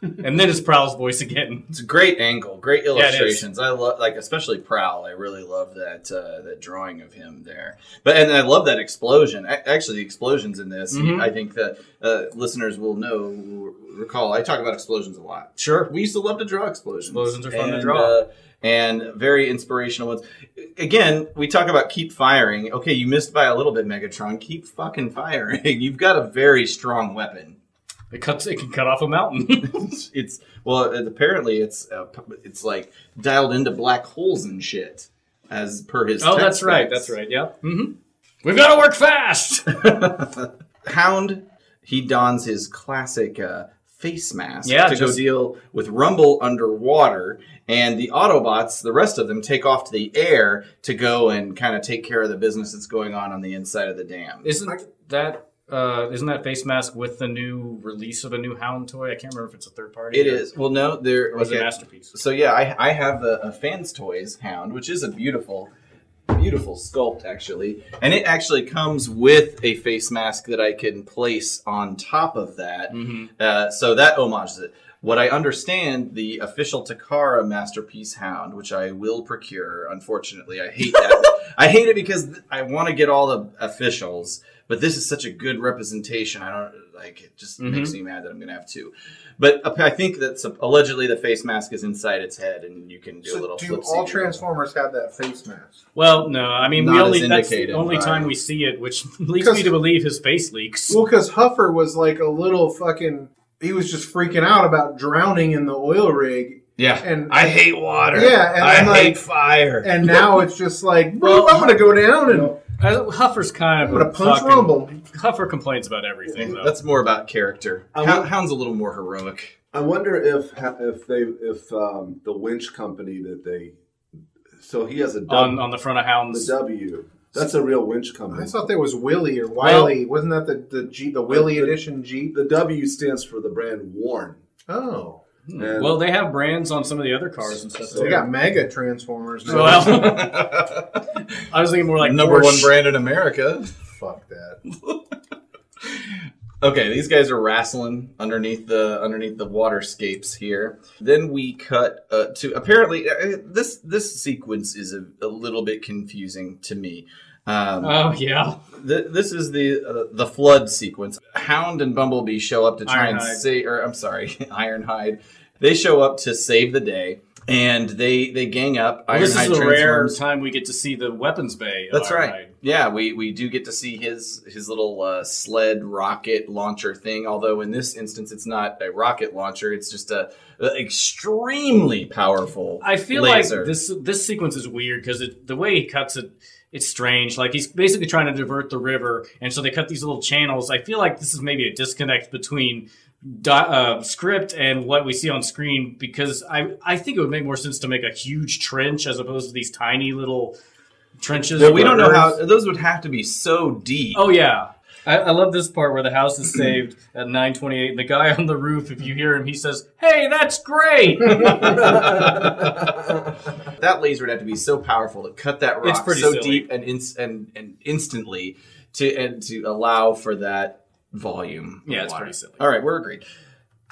C: and then it's Prowl's voice again.
E: It's a great angle, great
C: it is.
E: illustrations. I love, like especially Prowl. I really love that uh, that drawing of him there. But and I love that explosion. A- Actually, the explosions in this,
C: Mhm.
E: I think that uh, listeners will know, will recall. I talk about explosions a lot.
C: Sure.
E: We used to love to draw explosions.
C: Explosions are fun to
E: And,
C: draw.
E: uh, and very inspirational ones. Again, we talk about keep firing. Okay, you missed by a little bit, Megatron. Keep fucking firing. You've got a very strong weapon.
C: It cuts. It can cut off a mountain.
E: It's- it's well it- apparently it's uh, p- it's like dialed into black holes and shit as per his
C: oh, that's
E: text
C: right.
E: notes.
C: That's right. Yeah. Mm-hmm. We've got to work fast.
E: hound he dons his classic uh, face mask
C: Yeah,
E: to go
C: just-
E: deal with rumble underwater and the autobots the rest of them take off to the air to go and kind of take care of the business that's going on on the inside of the dam
C: Isn't that? Uh, isn't that face mask with the new release of a new Hound toy? I can't remember if it's a third party.
E: it
C: or-
E: is well no there
C: Or was it
E: okay.
C: masterpiece?
E: So yeah, I, I have a, a fans toys hound, which is a beautiful, beautiful sculpt actually, and it actually comes with a face mask that I can place on top of that. Uh, so that homages it. What I understand, the official Takara masterpiece hound, which I will procure. Unfortunately, I hate that. I hate it because th- I want to get all the officials, but this is such a good representation. I don't like it. Just
C: Mhm.
E: makes me mad that I'm going to have two. But ap- I think that sup- allegedly the face mask is inside its head, and you can do a
A: So
E: little.
A: do
E: flipsy
A: all
E: doodle.
A: Transformers have that face mask?
C: Well, no. I mean, we
E: Not
C: only
E: as
C: that's the
E: indicated
C: only
E: by-
C: time we see it, which leads me to believe his face leaks.
A: Well, because Huffer was like a little fucking. He was just freaking out about drowning in the oil rig,
E: Yeah,
A: and
E: I hate water.
A: Yeah, and
E: I
A: I'm like-
E: hate fire.
A: and now it's just like, well, I'm gonna go down and
C: Uh, Huffer's kind of
A: I'm gonna
C: a
A: punch
C: fucking-
A: Rumble.
C: Huffer complains about everything though.
E: That's more about character.
B: I
E: Hound,
B: will-
E: Hound's a little more heroic.
B: I wonder if if they if um, the winch company that they so he has a W.
C: on on the front of
B: the
C: Hounds.
B: W. That's a real winch
A: I
B: company.
A: thought that was Willie or Wiley. Wasn't that the the, Jeep, the Willie
B: The-
A: edition Jeep?
B: The W stands for the brand Warn.
A: Oh,
E: Hmm.
B: And
C: Well, they have brands on some of the other cars and stuff.
A: so they
C: too.
A: got Mega Transformers. Now.
C: Well, I was thinking more like
E: number one
C: Porsche.
E: brand in America.
A: fuck that.
E: Okay, these guys are wrestling underneath the underneath the waterscapes here. Then we cut uh, to apparently uh, this this sequence is a, a little bit confusing to me. Um,
C: Oh yeah,
E: th- this is the uh, the flood sequence. Hound and Bumblebee show up to try
C: Ironhide.
E: and save, or I'm sorry, Ironhide. They show up to save the day, and they they gang up.
C: well, this is
E: Ironhide
C: a rare
E: transforms-
C: time we get to see the weapons bay. of
E: that's
C: Ironhide.
E: right. Yeah, we, we do get to see his his little uh, sled rocket launcher thing. Although in this instance, it's not a rocket launcher; it's just a, a extremely powerful.
C: I feel
E: laser.
C: like this this sequence is weird because the way he cuts it, it's strange. Like he's basically trying to divert the river, and so they cut these little channels. I feel like this is maybe a disconnect between di- uh, script and what we see on screen because I I think it would make more sense to make a huge trench as opposed to these tiny little trenches.
E: Well, we don't know
C: Earth.
E: how those would have to be so deep.
C: Oh yeah. I, I love this part where the house is saved at 9:28. and The guy on the roof, if you hear him, he says, "Hey, that's great."
E: that laser would have to be so powerful to cut that rock
C: It's pretty
E: so
C: silly.
E: deep and, ins and and instantly to and to allow for that volume. of
C: Yeah, it's
E: water.
C: pretty silly.
E: All right, we're agreed.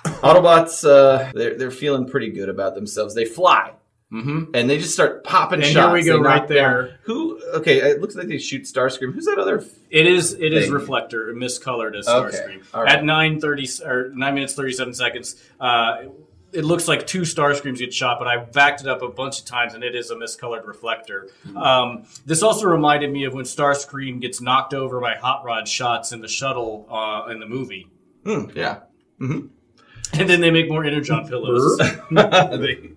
E: Autobots, uh, they're, they're feeling pretty good about themselves. They fly
C: Mm-hmm.
E: and they just start popping
C: And
E: shots.
C: here we
E: They
C: go,
E: knock
C: right
E: down-
C: there.
E: Who? Okay, it looks like they shoot Starscream. Who's that other? f-
C: It is it is
E: Thing.
C: reflector miscolored as
E: Okay,
C: Starscream.
E: all right.
C: At nine thirty or nine minutes thirty seven seconds, uh, it looks like two Starscreams get shot, but I backed it up a bunch of times, and it is a miscolored reflector.
E: Hmm.
C: Um, this also reminded me of when Starscream gets knocked over by hot rod shots in the shuttle uh, in the movie,
E: Hmm, yeah.
C: and then they make more energon pillows.
E: they,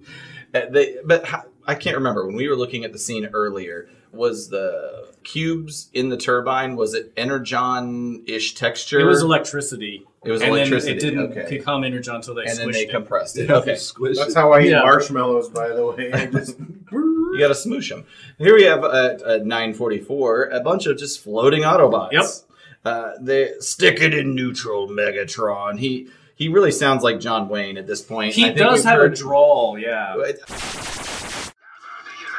E: uh, they, but how, I can't remember when we were looking at the scene earlier. Was the cubes in the turbine? Was it energon ish texture?
C: It was electricity.
E: It was
C: and
E: electricity,
C: Then it didn't
E: okay.
C: become energon until they
E: and
C: squished
E: then they
C: it.
E: compressed it.
B: They
E: Okay,
B: squish
A: That's
B: it.
A: how I eat
C: Yeah.
A: marshmallows, by the way. I just
E: you got to smoosh them. Here we have uh, at 944 a bunch of just floating Autobots.
C: Yep.
E: Uh, they stick it in neutral, Megatron. He he really sounds like John Wayne at this point. I
C: he
E: think
C: does
E: we've
C: have a
E: heard-
C: drawl, yeah.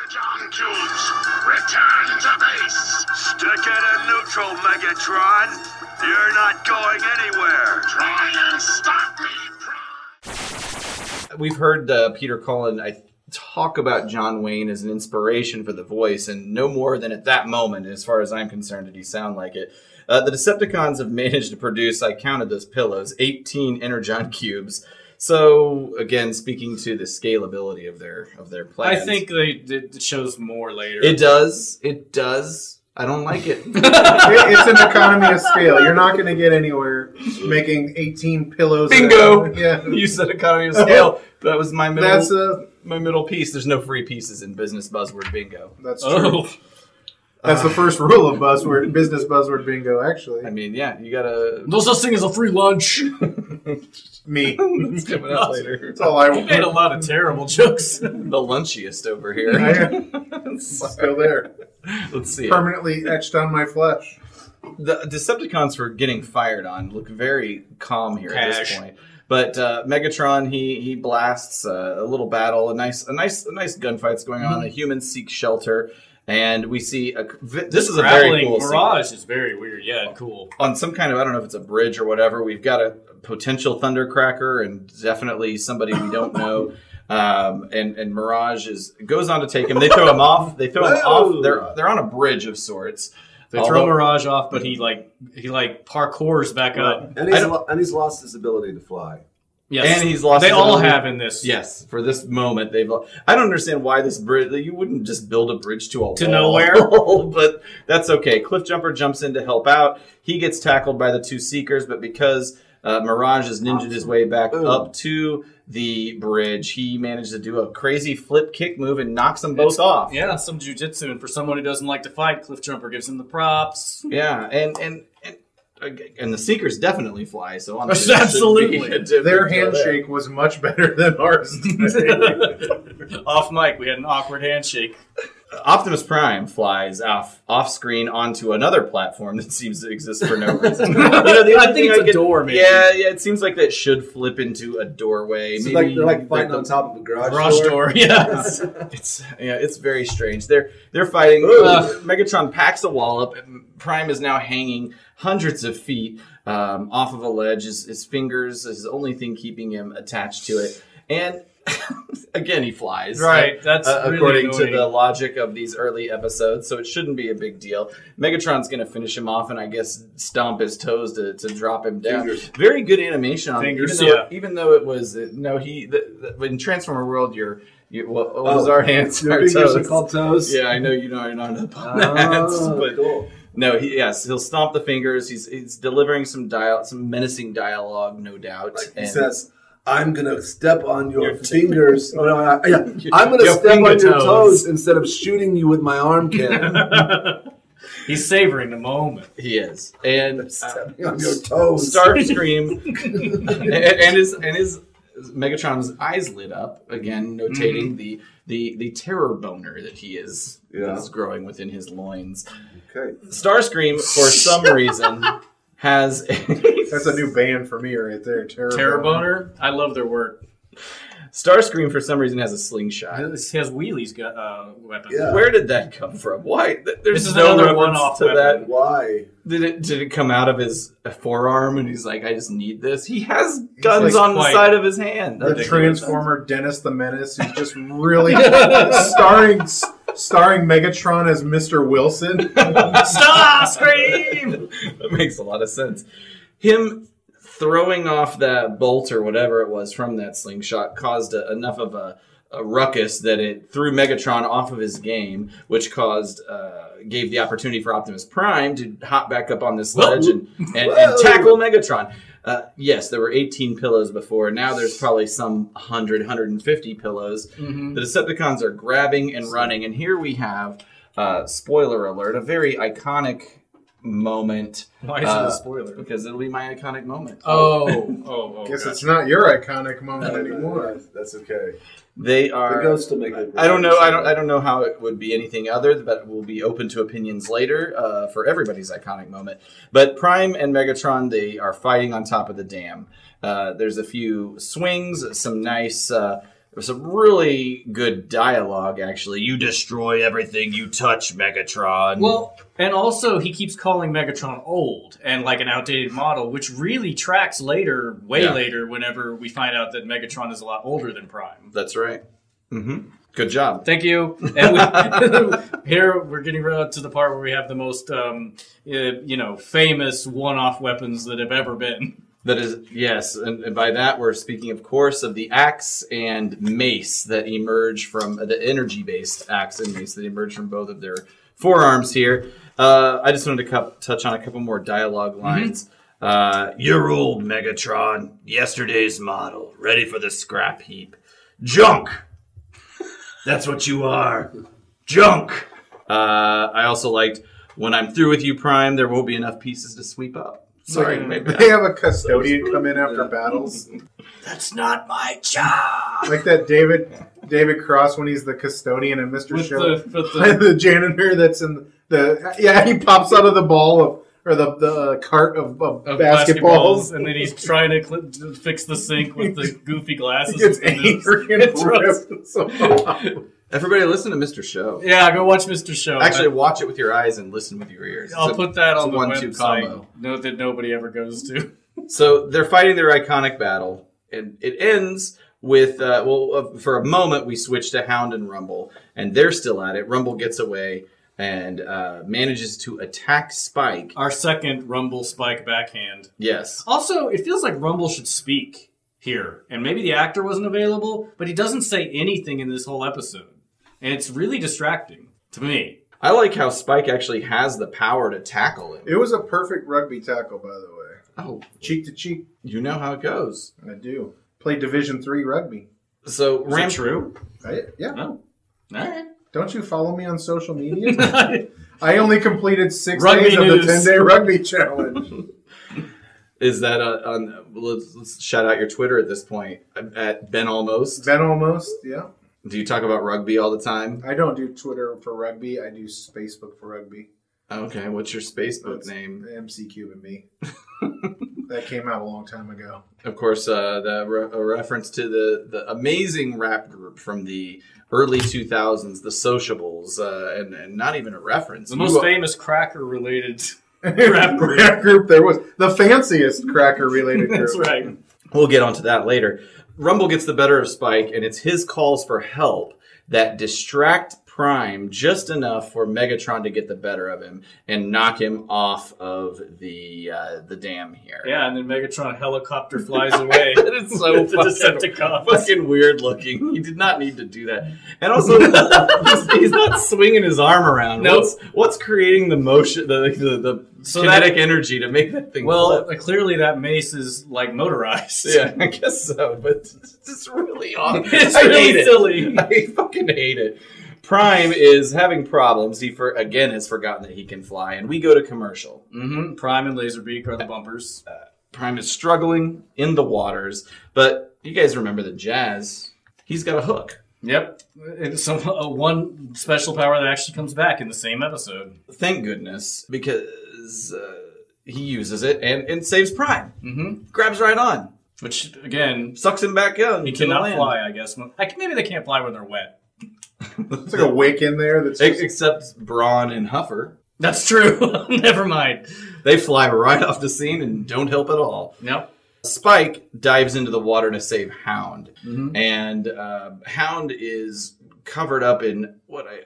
F: John Tubes, return to base. Stick it in neutral, Megatron. You're not going anywhere. Try and stop me,
E: we've heard uh, Peter Cullen I talk about John Wayne as an inspiration for the voice, and no more than at that moment, as far as I'm concerned, did he sound like it. Uh, the Decepticons have managed to produce, I counted those pillows, 18 energon cubes. So again, speaking to the scalability of their of their
C: I
E: plans,
C: think they it shows more later.
E: it does. It does. I don't like
A: It-
E: it.
A: it's an economy of scale. You're not going to get anywhere making 18 pillows.
E: Bingo.
A: Yeah.
E: you said economy of scale. That was my middle.
A: That's a
E: my middle piece. There's no free pieces in business buzzword bingo.
A: that's true.
C: Oh,
A: That's the first rule of buzzword business buzzword bingo. Actually,
E: I mean, yeah, you gotta.
C: no such thing as a free lunch.
A: me.
E: It's coming out later.
A: That's all I
C: You made a
A: want.
C: lot of terrible jokes.
E: the lunchiest over
A: I
E: here.
A: am still there,
E: Let's see.
A: permanently etched on my flesh.
E: The Decepticons were getting fired on. Look very calm here at this
C: Cash.
E: point. But uh, Megatron, he he blasts uh, a little battle, a nice a nice a nice gunfight's going on. The humans seek shelter, and we see a. This, is a very
C: Grappling
E: cool scene.
C: Mirage is very weird. Yeah, and cool.
E: on some kind of I don't know if it's a bridge or whatever. We've got a potential thundercracker and definitely somebody we don't know. Um, and and Mirage is goes on to take him. They throw him off. They throw him
B: Whoa.
E: off. They're they're on a bridge of sorts.
C: They
E: Although-
C: throw Mirage off, but he like he like parkours back up.
B: And
E: I
B: he's,
E: don't-
B: lo- and he's lost his ability to fly.
C: Yes,
E: And he's lost
C: They
E: his
C: all
E: ability.
C: have in this.
E: Yes, for this moment they've. I don't understand why this bridge. You wouldn't just build a bridge to a
C: To
E: wall.
C: nowhere?
E: but that's okay. Cliff Jumper jumps in to help out. He gets tackled by the two Seekers, but because uh, Mirage has ninjaed his way back
B: Boom.
E: up to the bridge, he managed to do a crazy flip kick move and knocks them both off.
C: Yeah, some jujitsu, and for someone who doesn't like to fight, Cliff Jumper gives him the props.
E: Yeah, and and. and and the seekers definitely fly, so I'm
C: Absolutely.
A: Their handshake was much better than ours. Today.
C: off mic, we had an awkward handshake.
E: Optimus Prime flies off off screen onto another platform that seems to exist for no reason. You know, the
C: I
E: only
C: think
E: thing
C: it's a
E: could-
C: door, maybe.
E: Yeah, yeah. It seems like that should flip into a doorway.
B: So
E: maybe
B: like, they're like fighting
E: the-
B: on top of a garage,
C: Garage
B: door.
C: door. Yes.
E: It's yeah, it's very strange. They're they're fighting.
B: Ooh.
E: Uh, Megatron packs a wall up. and Prime is now hanging hundreds of feet um, off of a ledge. His, his fingers is the only thing keeping him attached to it, and again he flies.
C: Right, that's
E: Uh,
C: really
E: according to
C: annoying.
E: the logic of these early episodes, so it shouldn't be a big deal. Megatron's going to finish him off, and I guess stomp his toes to, to drop him down.
B: Fingers.
E: Very good animation on
C: Fingers,
E: even though,
C: yeah.
E: even though it was no he the, the, in Transformer World you're you, what, what was
B: Oh,
E: our hands?
B: Your
E: Our
B: fingers are
E: toes.
B: called toes.
E: Yeah, I know you know you're not up on that,
B: Oh,
E: but
B: cool.
E: no, he, yes, he'll stomp the fingers. He's he's delivering some dial, some menacing dialogue, no doubt.
B: Like he
E: and-
B: says, I'm gonna step on your,
E: Your t-
B: fingers. oh, no, I, yeah. I'm gonna
E: Your
B: step on your
E: fingertoes.
B: toes instead of shooting you with my arm cannon.
C: He's savoring the moment.
E: he is, and uh,
B: Stepping on your toes.
E: Starscream and, and his and his Megatron's eyes lit up again, notating the the the terror boner that he is
B: Mm-hmm. Yeah.
E: is growing within his loins.
B: Okay.
E: Starscream, for some reason, has
A: That's a new band for me right there. Terrible.
C: Terror boner. I love their work.
E: Starscream for some reason has a slingshot.
C: This has wheelies got uh, weapons.
B: Yeah.
E: Where did that come from? Why? Th- There's
C: This is
E: no
C: another
E: reference
C: one-off
E: to
C: weapon.
E: that.
B: Why?
E: Did it did it come out of his forearm and he's like, I just need this? He has guns
C: like
E: on the
C: quite-
E: side of his hand.
A: The
E: That's-
A: Transformer Dennis the Menace is just really starring starring Megatron as Mr. Wilson.
C: Starscream!
E: that makes a lot of sense. Him throwing off that bolt or whatever it was from that slingshot caused a, enough of a, a ruckus that it threw Megatron off of his game, which caused uh, gave the opportunity for Optimus Prime to hop back up on this ledge and, and, and
B: Whoa.
E: tackle Megatron. Uh, yes, there were 18 pillows before. Now there's probably some 100, 150 pillows. The Decepticons are grabbing and running. And here we have, uh, spoiler alert, a very iconic moment
C: Why is it
E: Uh,
C: a spoiler?
E: because it'll be my iconic moment.
C: Oh, oh, oh.
A: Guess
C: gotcha.
A: it's not your iconic moment anymore.
B: That's okay.
E: They
B: The
E: are.
B: ghost will make it.
E: I don't know. I don't. I don't know how it would be anything other, but we'll be open to opinions later uh, for everybody's iconic moment. But Prime and Megatron, they are fighting on top of the dam. Uh, there's a few swings, some nice, uh, some really good dialogue. Actually, you destroy everything you touch, Megatron.
C: Well, and also he keeps calling Megatron old and like an outdated model, which really tracks later, way
E: Yeah.
C: later, whenever we find out that Megatron is a lot older than Prime.
E: that's right. hmm Good job.
C: Thank you. And we, here we're getting right to the part where we have the most, um, uh, you know, famous one-off weapons that have ever been.
E: That is yes, and, and by that we're speaking, of course, of the axe and mace that emerge from the energy-based axe and mace that emerge from both of their forearms. Here, uh, I just wanted to cup touch on a couple more dialogue lines. Uh, You're old, Megatron. Yesterday's model, ready for the scrap heap. Junk. That's what you are. Junk. Uh, I also liked when I'm through with you, Prime. There won't be enough pieces to sweep up. Sorry,
A: Like,
E: maybe.
A: They have a custodian come in after battles.
E: That's not my job.
A: Like that David David Cross when he's the custodian and Mr.
C: With
A: Show.
C: the, with
A: the,
C: the,
A: janitor that's in the yeah he pops out of the ball of or the, the cart of, of,
C: of
A: basketballs.
C: basketballs, and then he's trying to cl- fix the sink with the goofy glasses.
A: He gets
C: and this-
A: angry and
C: it throws-
A: rips them off.
E: Everybody, listen to Mr. Show.
C: Yeah, go watch Mr. Show.
E: Actually, watch it with your eyes and listen with your ears.
C: I'll
E: It's a-
C: put that
E: it's
C: on
E: a
C: the
E: one-two
C: website.
E: combo.
C: No, that nobody ever goes to.
E: So they're fighting their iconic battle, and it ends with uh, well, uh, for a moment we switch to Hound and Rumble, and they're still at it. Rumble gets away and uh, manages to attack Spike.
C: Our second Rumble Spike backhand.
E: Yes,
C: Also, it feels like Rumble should speak here, and maybe the actor wasn't available, but he doesn't say anything in this whole episode, and it's really distracting to me.
E: I like how Spike actually has the power to tackle him.
A: It was a perfect rugby tackle, by the way.
E: Oh,
A: Cheek to cheek,
E: you know how it goes.
A: I do. Play Division Three rugby.
E: So
C: Is
E: Ram-
C: that true?
A: I, yeah.
C: No. All right.
A: Don't you follow me on social media? I only completed six
C: Rugby
A: days of
C: news.
A: the ten day rugby challenge.
E: Is that uh on? Let's, let's shout out your Twitter at this point at Ben Almost.
A: ben almost, yeah.
E: Do you talk about rugby all the time?
A: I don't do Twitter for rugby. I do Facebook for rugby.
E: Okay, what's your Facebook
A: That's
E: name?
A: MC Cube and me. that came out a long time ago.
E: Of course, uh, the re- a reference to the the amazing rap group from the early two thousands, the Sociables, uh, and and not even a reference.
C: the
E: You
C: most
E: are-
C: famous cracker related.
A: Rap group. there was the fanciest cracker related group.
C: That's right.
E: We'll get onto that later. Rumble gets the better of Spike, and it's his calls for help that distract Prime just enough for Megatron to get the better of him and knock him off of the uh, the dam here.
C: Yeah, and then Megatron helicopter flies away.
E: that is so
C: the
E: fucking,
C: Decepticons.
E: fucking weird looking. He did not need to do that, and also he's, he's not swinging his arm around.
C: Nope.
E: What's what's creating the motion, the the, the
C: So
E: kinetic
C: that-
E: energy to make that thing? flip?
C: Well, uh, clearly that mace is like motorized.
E: Yeah, I guess so, but it's really odd.
C: It's
E: I
C: really
E: hate it.
C: silly.
E: I fucking hate it. Prime is having problems. He for again has forgotten that he can fly, and we go to commercial.
C: hmm Prime and Laserbeak are the bumpers.
E: Prime is struggling in the waters, but you guys remember the Jazz? He's got a hook.
C: Yep. And so uh, one special power that actually comes back in the same episode.
E: Thank goodness, because uh, he uses it and, and saves Prime.
C: Mm-hmm.
E: Grabs right on.
C: Which again,
E: Sucks him back in.
C: he
E: to the
C: cannot
E: land.
C: fly. I guess. I, maybe they can't fly when they're wet.
A: It's like a wake in there that's
E: Ex-
A: just,
E: Except Braun and Huffer.
C: That's true. Never mind.
E: They fly right off the scene and don't help at all.
C: Nope.
E: Spike dives into the water to save Hound,
C: Mhm.
E: and uh, Hound is covered up in what I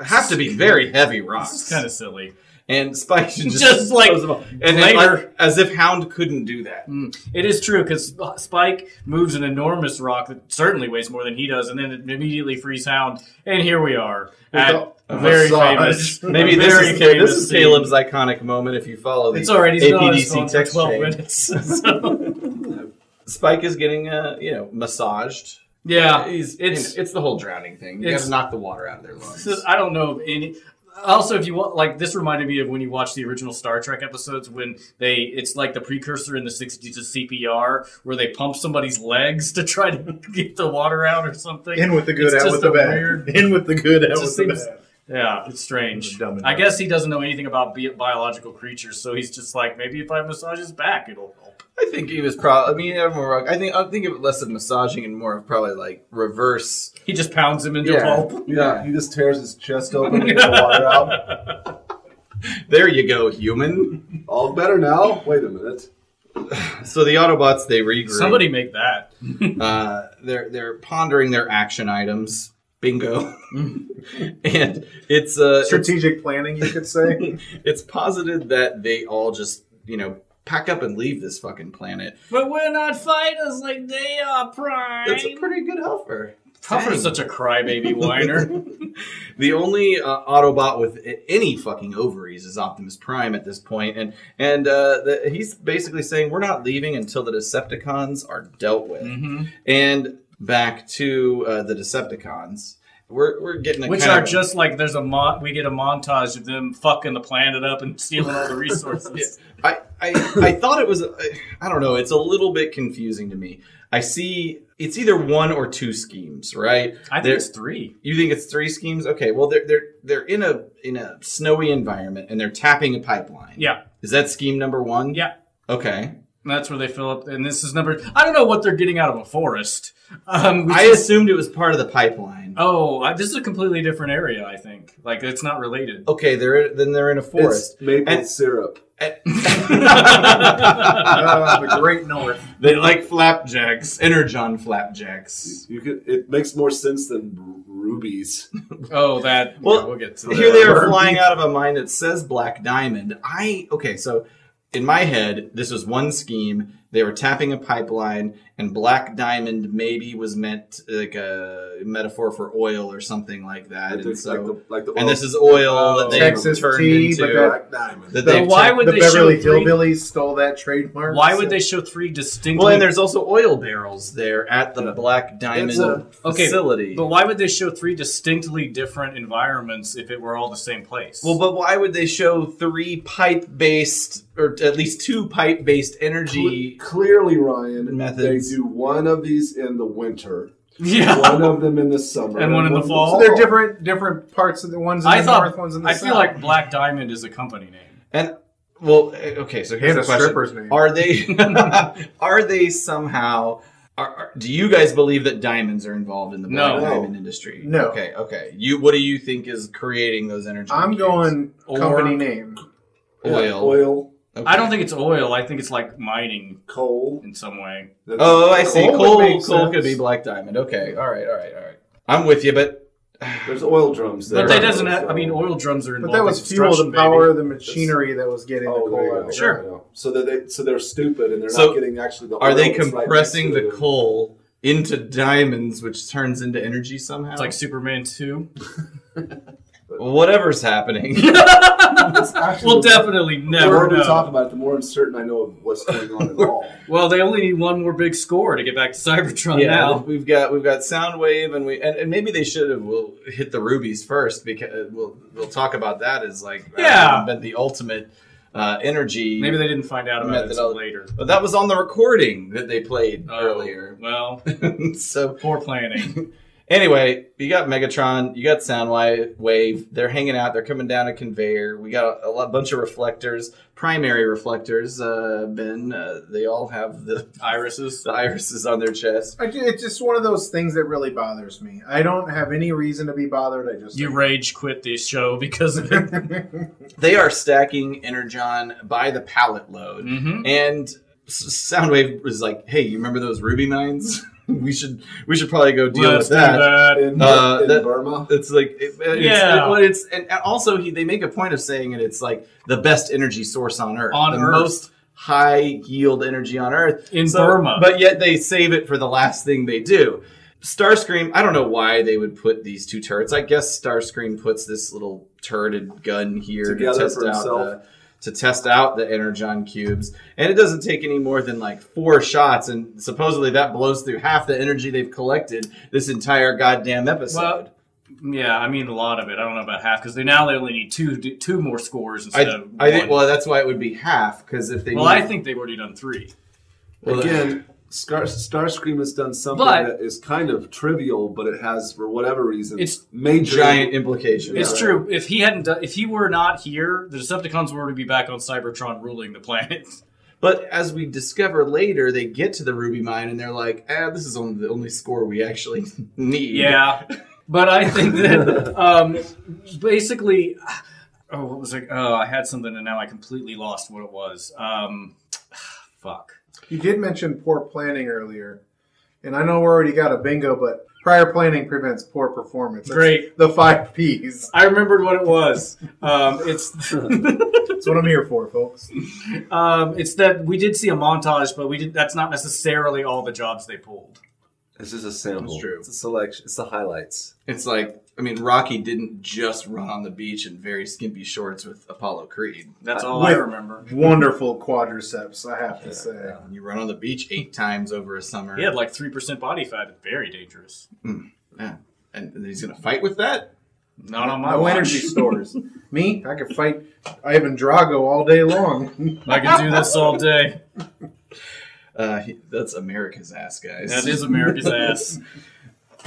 E: uh, have to be very heavy
C: This
E: rocks.
C: is kind of silly.
E: and Spike just,
C: Just like
E: throws them off. and then,
C: later.
E: like, as if Hound couldn't do that.
C: It is true because Spike moves an enormous rock that certainly weighs more than he does, and then it immediately frees Hound, and here we are at
A: a-
C: a very
A: massage.
C: famous.
E: Maybe
C: a
E: this
C: very
E: is, Ca- this
C: famous
E: is
C: scene.
E: Caleb's iconic moment. If you follow the
C: It's already been on his phone
E: APDC
C: for
E: text
C: 12
E: chain.
C: minutes. so-
E: Spike is getting uh, you know massaged.
C: yeah,
E: He's,
C: it's-
E: it's it's the whole drowning thing. You
C: it's-
E: got to knock the water out of their lungs.
C: So, uh, I don't know of any. Also, if you want, like this reminded me of when you watch the original Star Trek episodes when they it's like the precursor in the '60s of CPR, where they pump somebody's legs to try to get the water out or something.
A: in with the good,
C: It's
A: out
C: just
A: with the
C: a
A: bad.
C: weird-
A: in with the good, out
C: just
A: with the
C: seems-
A: bad.
C: Yeah, it's strange.
A: Dumb and
C: I
A: dumb.
C: guess he doesn't know anything about bi- biological creatures, so he's just like, maybe if I massage his back, it'll help.
E: I think he was probably. I mean, I'm wrong. I think I think of it less of massaging and more of probably like reverse.
C: He just pounds him into
E: Yeah.
C: pulp.
B: Yeah, he just tears his chest open and gets the water out.
E: There you go, human.
B: All better now. Wait a minute.
E: So the Autobots they regroup.
C: Somebody make that.
E: Uh, they're they're pondering their action items. Bingo. and it's uh it's,
A: Strategic planning, you could say.
E: it's posited that they all just you know pack up and leave this fucking planet.
C: But we're not fighters like they are, Prime.
E: That's a pretty good helper.
C: Puffer's such a crybaby whiner.
E: The only uh, Autobot with a- any fucking ovaries is Optimus Prime at this point, and and uh, the, he's basically saying we're not leaving until the Decepticons are dealt with.
C: Mm-hmm.
A: Mm-hmm.
E: And back to uh, the Decepticons, we're we're getting a
C: Which
E: kind
C: are
E: of-
C: just like there's a mon- we get a montage of them fucking the planet up and stealing all the resources.
E: I, I I thought it was I- I don't know. It's a little bit confusing to me. I see it's either one or two schemes, right?
C: I think
E: There-
C: it's three.
E: You think it's three schemes? Okay, well they're they're they're in a in a snowy environment and they're tapping a pipeline.
C: Yeah.
E: Is that scheme number one?
C: Yeah.
E: Okay.
C: And that's where they fill up. And this is number. I don't know what they're getting out of a forest. Um, which
E: I
C: is-
E: assumed it was part of the pipeline.
C: Oh, I, this is a completely different area. I think like it's not related.
E: Okay, they're then they're in a
B: It's
E: forest.
B: maple
E: And-
B: syrup.
A: Ah, the Great North.
E: They like flapjacks, energon flapjacks.
B: You could. It makes more sense than r- rubies.
C: Oh, that.
E: Well,
C: yeah, we'll get to that.
E: Here they are flying out of a mine that says black diamond. I okay, so in my head, this was one scheme. They were tapping a pipeline, and black diamond maybe was meant like a metaphor for oil or something like that. And,
B: It's
E: so,
B: like the, like the
E: and this is oil that they
A: Texas
E: turned
A: tea,
E: into.
A: but
B: black diamond.
C: But
E: that they've
C: why
E: turned-
C: would
A: the
C: they
A: Beverly
C: show three?
A: Hillbillies stole that trademark.
C: Why would they show three distinctly?
E: Well, and there's also oil barrels there at the Black Diamond
B: It's a-
C: okay,
E: facility.
C: but why would they show three distinctly different environments if it were all the same place?
E: well, but why would they show three pipe-based, or at least two pipe-based energy?
B: Cle- clearly, Ryan,
E: Methods.
B: they do one of these in the winter,
C: yeah.
B: one of them in the summer,
C: And one in the fall?
A: So they're different, different parts of the ones in
C: I
A: the
C: thought.
A: north, ones in the
C: I
A: south.
C: feel like Black Diamond is a company name.
E: And well, eh, okay. So here's
A: And
E: the
A: a
E: question:
A: stripper's name.
E: Are they are they somehow? Are, are- do you guys believe that diamonds are involved in the Black
C: No.
E: Diamond industry?
A: No.
E: Okay. Okay. You. What do you think is creating those energy?
A: I'm
E: cubes?
A: going
C: Or-
A: company name.
B: Yeah,
E: oil.
B: oil,
E: Okay.
C: I don't think it's oil. I think it's like mining
B: coal.
C: in some way.
B: That's-
E: Oh, I see.
A: Coal would
E: Coal, coal,
A: make
E: could
A: sense.
E: be black diamond. Okay, all right, all right, all right. I'm with you, but
B: There's oil drums there.
C: But that doesn't. Have,
B: So-
C: I mean, oil drums are
A: But
C: involved.
A: that
C: in
A: was fuel
C: construction,
A: to
C: baby.
A: power the machinery that was getting the
B: Oh, there you
A: coal out of
B: go.
A: the
C: Sure.
A: ground.
B: Yeah. So that they so they're stupid and they're
E: So,
B: not getting actually the.
E: are
B: oil
E: they
B: that's right
E: compressing
B: next to
E: the
B: it.
E: coal into diamonds, which turns into energy somehow?
C: It's like Superman two.
E: whatever's happening.
B: It's actually-
C: We'll definitely
B: The
C: never
B: more we
C: know.
B: talk about it, the more uncertain I know of what's going on at all.
C: Well, they only need one more big score to get back to Cybertron
E: yeah,
C: now.
E: we've got we've got Soundwave, and we and, and maybe they should have. We'll hit the rubies first because uh, we'll we'll talk about that as like
C: Yeah.
E: but the ultimate uh, energy.
C: Maybe they didn't find out about it until
E: Methodol-
C: later.
E: But that was on the recording that they played
C: Oh,
E: earlier.
C: Well,
E: so
C: poor planning.
E: Anyway, you got Megatron, you got Soundwave. Wave. They're hanging out. They're coming down a conveyor. We got a, lot, bunch of reflectors, primary reflectors. Uh, ben, uh, they all have the
C: Irises.
E: the irises on their chest.
A: I ju- it's just one of those things that really bothers me. I don't have any reason to be bothered. I just
C: You rage quit the show because of it.
E: They are stacking Energon by the pallet load,
C: Mhm.
E: and S- Soundwave was like, "Hey, you remember those ruby mines? we should we should probably go deal
C: Let's
E: with that."
C: do that.
B: in,
E: Uh,
B: in
E: that-
B: Burma.
E: It's like it, it's,
C: Yeah.
E: it- well, it's and and also he, they make a point of saying it. It's like the best energy source on Earth,
C: On
E: the
C: Earth.
E: most high yield energy on Earth
C: In Burma.
E: But yet they save it for the last thing they do. Starscream. I don't know why they would put these two turrets. I guess Starscream puts this little turreted gun here
B: Together
E: to test
B: for
E: out
B: himself.
E: the. To test out the energon cubes, and it doesn't take any more than like four shots, and supposedly that blows through half the energy they've collected this entire goddamn episode.
C: Well, yeah, I mean a lot of it. I don't know about half because they now they only need two two more scores instead
E: I,
C: of
E: I think
C: one.
E: well that's why it would be half because if they
C: Well,
E: need-
C: I think they've already done three.
E: well,
B: Again, Scar- Starscream has done something
C: But-
B: that is kind of trivial, but it has, for whatever reason,
C: It's
B: major
E: giant implications
C: It's true. If he hadn't, done, if he were not here, the Decepticons would already be back on Cybertron ruling the planet.
E: but as we discover later they get to the ruby mine and they're like ah this is only the only score we actually need
C: Yeah, but I think that um, basically, oh, what was it? Oh, I had something and now I completely lost what it was. Um, fuck.
A: You did mention poor planning earlier, and I know we already got a bingo, but prior planning prevents poor performance. That's
C: Great.
A: the five P's.
C: I remembered what it was. Um, it's
A: That's what I'm here for, folks.
C: um, it's that we did see a montage, but we did. That's not necessarily all the jobs they pulled.
B: It's just a sample.
E: That's true.
B: It's a selection. It's the highlights.
E: it's like i mean rocky didn't just run on the beach in very skimpy shorts with apollo creed
C: That's all I
A: With
C: remember.
A: Wonderful quadriceps, I have to say.
E: you run on the beach eight times over a summer
C: He had like three percent body fat. Very dangerous.
E: yeah. and then he's gonna fight with that
C: Not on my
A: No
C: watch.
A: energy stores. Me, I could fight Ivan Drago all day long.
C: I could do this all day.
E: uh, he- that's america's ass guys
C: That is America's ass.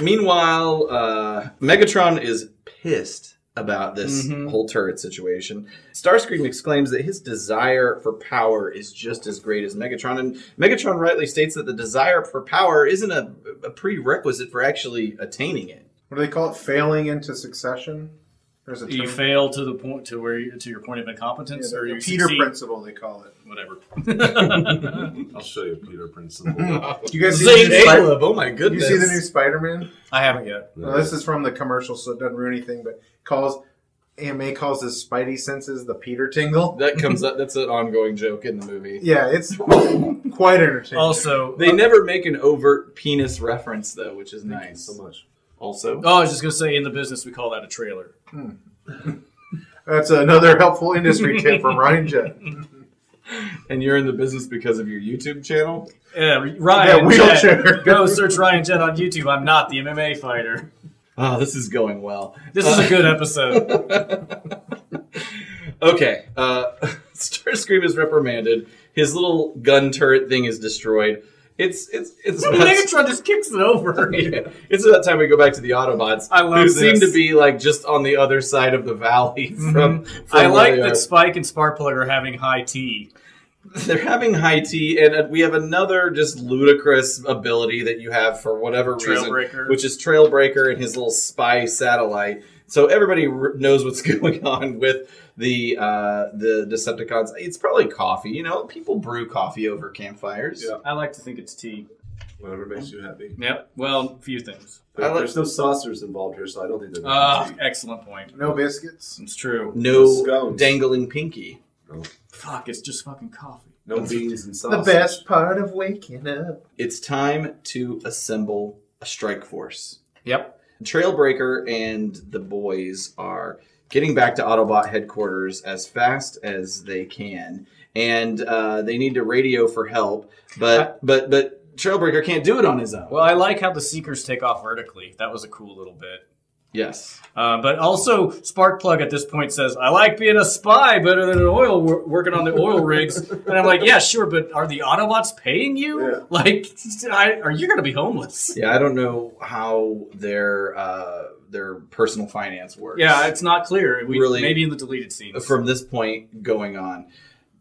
E: Meanwhile, uh, Megatron is pissed about this
C: Mhm.
E: whole turret situation. Starscream exclaims that his desire for power is just as great as Megatron, and Megatron rightly states that the desire for power isn't a, a prerequisite for actually attaining it.
A: what do they call it? Failing into succession? There's a
C: You
A: term.
C: fail to the point to where you, to your point of incompetence,
A: Yeah,
C: or
A: the
C: you
A: Peter
C: succeed-
A: principle, they call it.
C: Whatever.
B: I'll show you Peter Principle.
A: You guys see the
E: Zane
A: new Spider-
E: Caleb, oh my
A: you
E: goodness!
A: see the new Spider-Man?
C: I haven't yet.
A: Well, this is from the commercial, so it doesn't ruin anything. But calls AMA calls his Spidey senses the Peter tingle.
E: that comes up. That's an ongoing joke in the movie.
A: Yeah, it's quite entertaining.
C: Also, uh,
E: They never make an overt penis reference though, which is
B: Thank you
E: nice.
B: so much.
E: Also,
C: oh, I was just gonna say, in the business, we call that a trailer.
A: That's another helpful industry tip from Ryan Jet.
E: and you're in the business because of your YouTube channel.
C: Yeah, Ryan.
A: Yeah, wheelchair.
C: Jett. Go search Ryan Jett on YouTube. I'm not the MMA fighter.
E: Oh, this is going well.
C: This is a good episode.
E: Okay. Uh, Starscream is reprimanded. His little gun turret thing is destroyed. It's it's it's about,
C: Megatron just kicks it over.
E: Yeah, it's about time we go back to the Autobots,
C: I love
E: who
C: this. Mm-hmm.
E: seem to be like just on the other side of the valley from. from
C: I
E: where
C: like
E: they
C: that
E: are.
C: Spike and Sparkplug are having high tea.
E: they're having high tea, and uh, we have another just ludicrous ability that you have for whatever reason,
C: Trailbreaker.
E: which is Trailbreaker and his little spy satellite. So everybody r- knows what's going on with the uh, the Decepticons. It's probably coffee, you know. People brew coffee over campfires.
B: Yeah.
C: I like to think it's tea.
B: Whatever makes you happy.
C: Yep. Well, a few things.
E: I like-
B: There's no saucers involved here, so I don't think they're
C: Ah,
B: gonna cheat.
C: excellent point.
A: No biscuits.
C: It's true.
E: No
B: Scones.
E: dangling pinky.
C: Fuck, it's just fucking coffee.
B: no beans and sauce.
A: The best part of waking up.
E: It's time to assemble a strike force.
C: Yep.
E: Trailbreaker and the boys are getting back to Autobot headquarters as fast as they can, and uh, they need to radio for help. But but but Trailbreaker can't do it on his own.
C: Well, I like how the Seekers take off vertically. That was a cool little bit.
E: Yes.
C: Uh, but also, Sparkplug at this point says, "I like being a spy better than an oil wor- working on the oil rigs." and I'm like, "Yeah, sure, but are the Autobots paying you?
B: Yeah.
C: Like, I, are you going to be homeless?"
E: Yeah, I don't know how their uh, their personal finance works.
C: Yeah, it's not clear. We,
E: Really-
C: maybe in the deleted scenes.
E: from this point going on.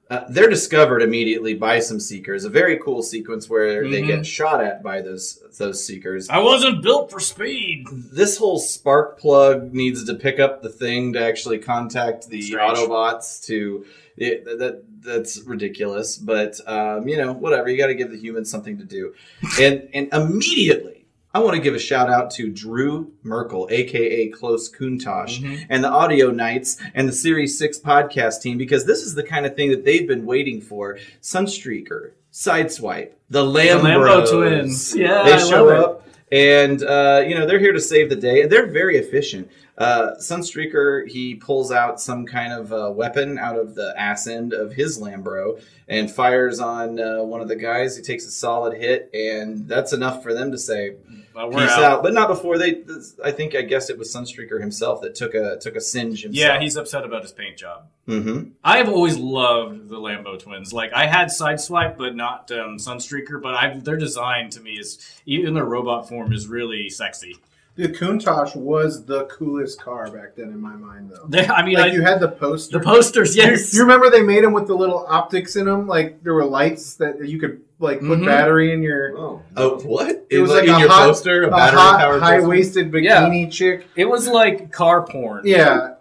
E: Uh, they're discovered immediately by some seekers. A very cool sequence where they
C: Mhm.
E: get shot at by those those seekers.
C: I wasn't built for speed.
E: This whole spark plug needs to pick up the thing to actually contact the
C: Strange.
E: Autobots. To it, that- that that's ridiculous, but um, you know whatever. You got to give the humans something to do, and and immediately I want to give a shout out to Drew Merkel, aka Close Kuntosh,
C: Mm-hmm.
E: and the audio nights and the series 6 podcast team because this is the kind of thing that they've been waiting for sunstreaker sideswipe the lambros
C: Lambo twins. Yeah,
E: they
C: I
E: show
C: love it.
E: up and uh, you know they're here to save the day and they're very efficient uh, sunstreaker he pulls out some kind of uh, weapon out of the ass end of his lambro and fires on uh, one of the guys he takes a solid hit and that's enough for them to say
C: But we're
E: peace
C: out.
E: out. but not before they. I think I guess it was Sunstreaker himself that took a took a singe. Himself.
C: Yeah, he's upset about his paint job.
E: Mm-hmm.
C: I've always loved the Lambo twins. Like I had Sideswipe, but not um, Sunstreaker. But I, their design to me is even their robot form is really sexy.
A: The Countach was the coolest car back then in my mind, though.
C: They, I mean,
A: like
C: I,
A: you had the poster.
C: the posters, yes.
A: You remember they made them with the little optics in them? Like there were lights that you could like put
C: Mhm.
A: battery in your.
B: Oh.
E: Oh, what?
A: It was like
E: in
A: a
E: your
A: hot-
E: poster, a,
A: A
E: battery
A: hot,
E: powered
A: high
E: poster?
A: waisted
C: Yeah.
A: bikini chick.
C: it was like car porn.
A: Yeah.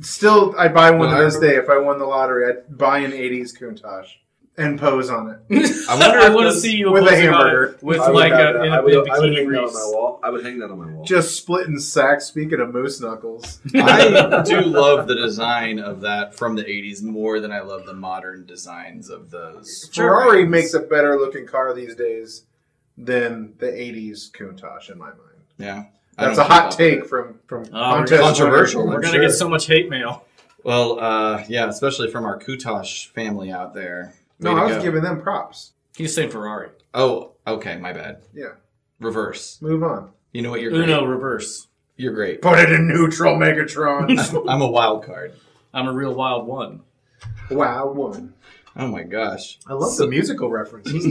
A: Still, I'd buy one
E: Well, I
A: to this
E: remember-
A: day. If I won the lottery, I'd buy an 80s Countach and pose on it.
E: I
C: I
E: wonder if
C: want to
E: those-
C: see you
A: with a
C: posing on it
A: hamburger.
C: with
B: I would
C: like
B: have
C: a,
B: that.
C: in
B: I
C: a
B: would, I would
C: bikini
B: hang that on
C: briefs.
B: my wall. I would hang that on my wall.
A: Just splitting sacks, speaking of moose knuckles.
E: I do love the design of that from the '80s more than I love the modern designs of those.
A: Ferrari
E: Ferraris.
A: makes a better looking car these days than the 80s Countach, in my mind.
E: Yeah, I
A: That's a
E: don't keep
A: hot
E: up
A: take
E: with it.
A: from, from
C: Oh,
A: contest
C: really?
E: Controversial,
A: winner.
C: We're
E: I'm
C: gonna
E: sure.
C: get so much hate mail.
E: Well, uh, yeah, especially from our Kutosh family out there.
A: No,
E: Way to
A: I was
E: go.
A: giving them props.
C: He's saying Ferrari.
E: Oh, okay, my bad.
A: Yeah.
E: Reverse.
A: Move on.
E: You know what? You're great.
C: Uno reverse.
E: You're great.
A: Put it in neutral, Megatron.
E: I'm a wild card.
C: I'm a real wild one.
A: wow, one.
E: Oh my gosh.
A: I love the musical references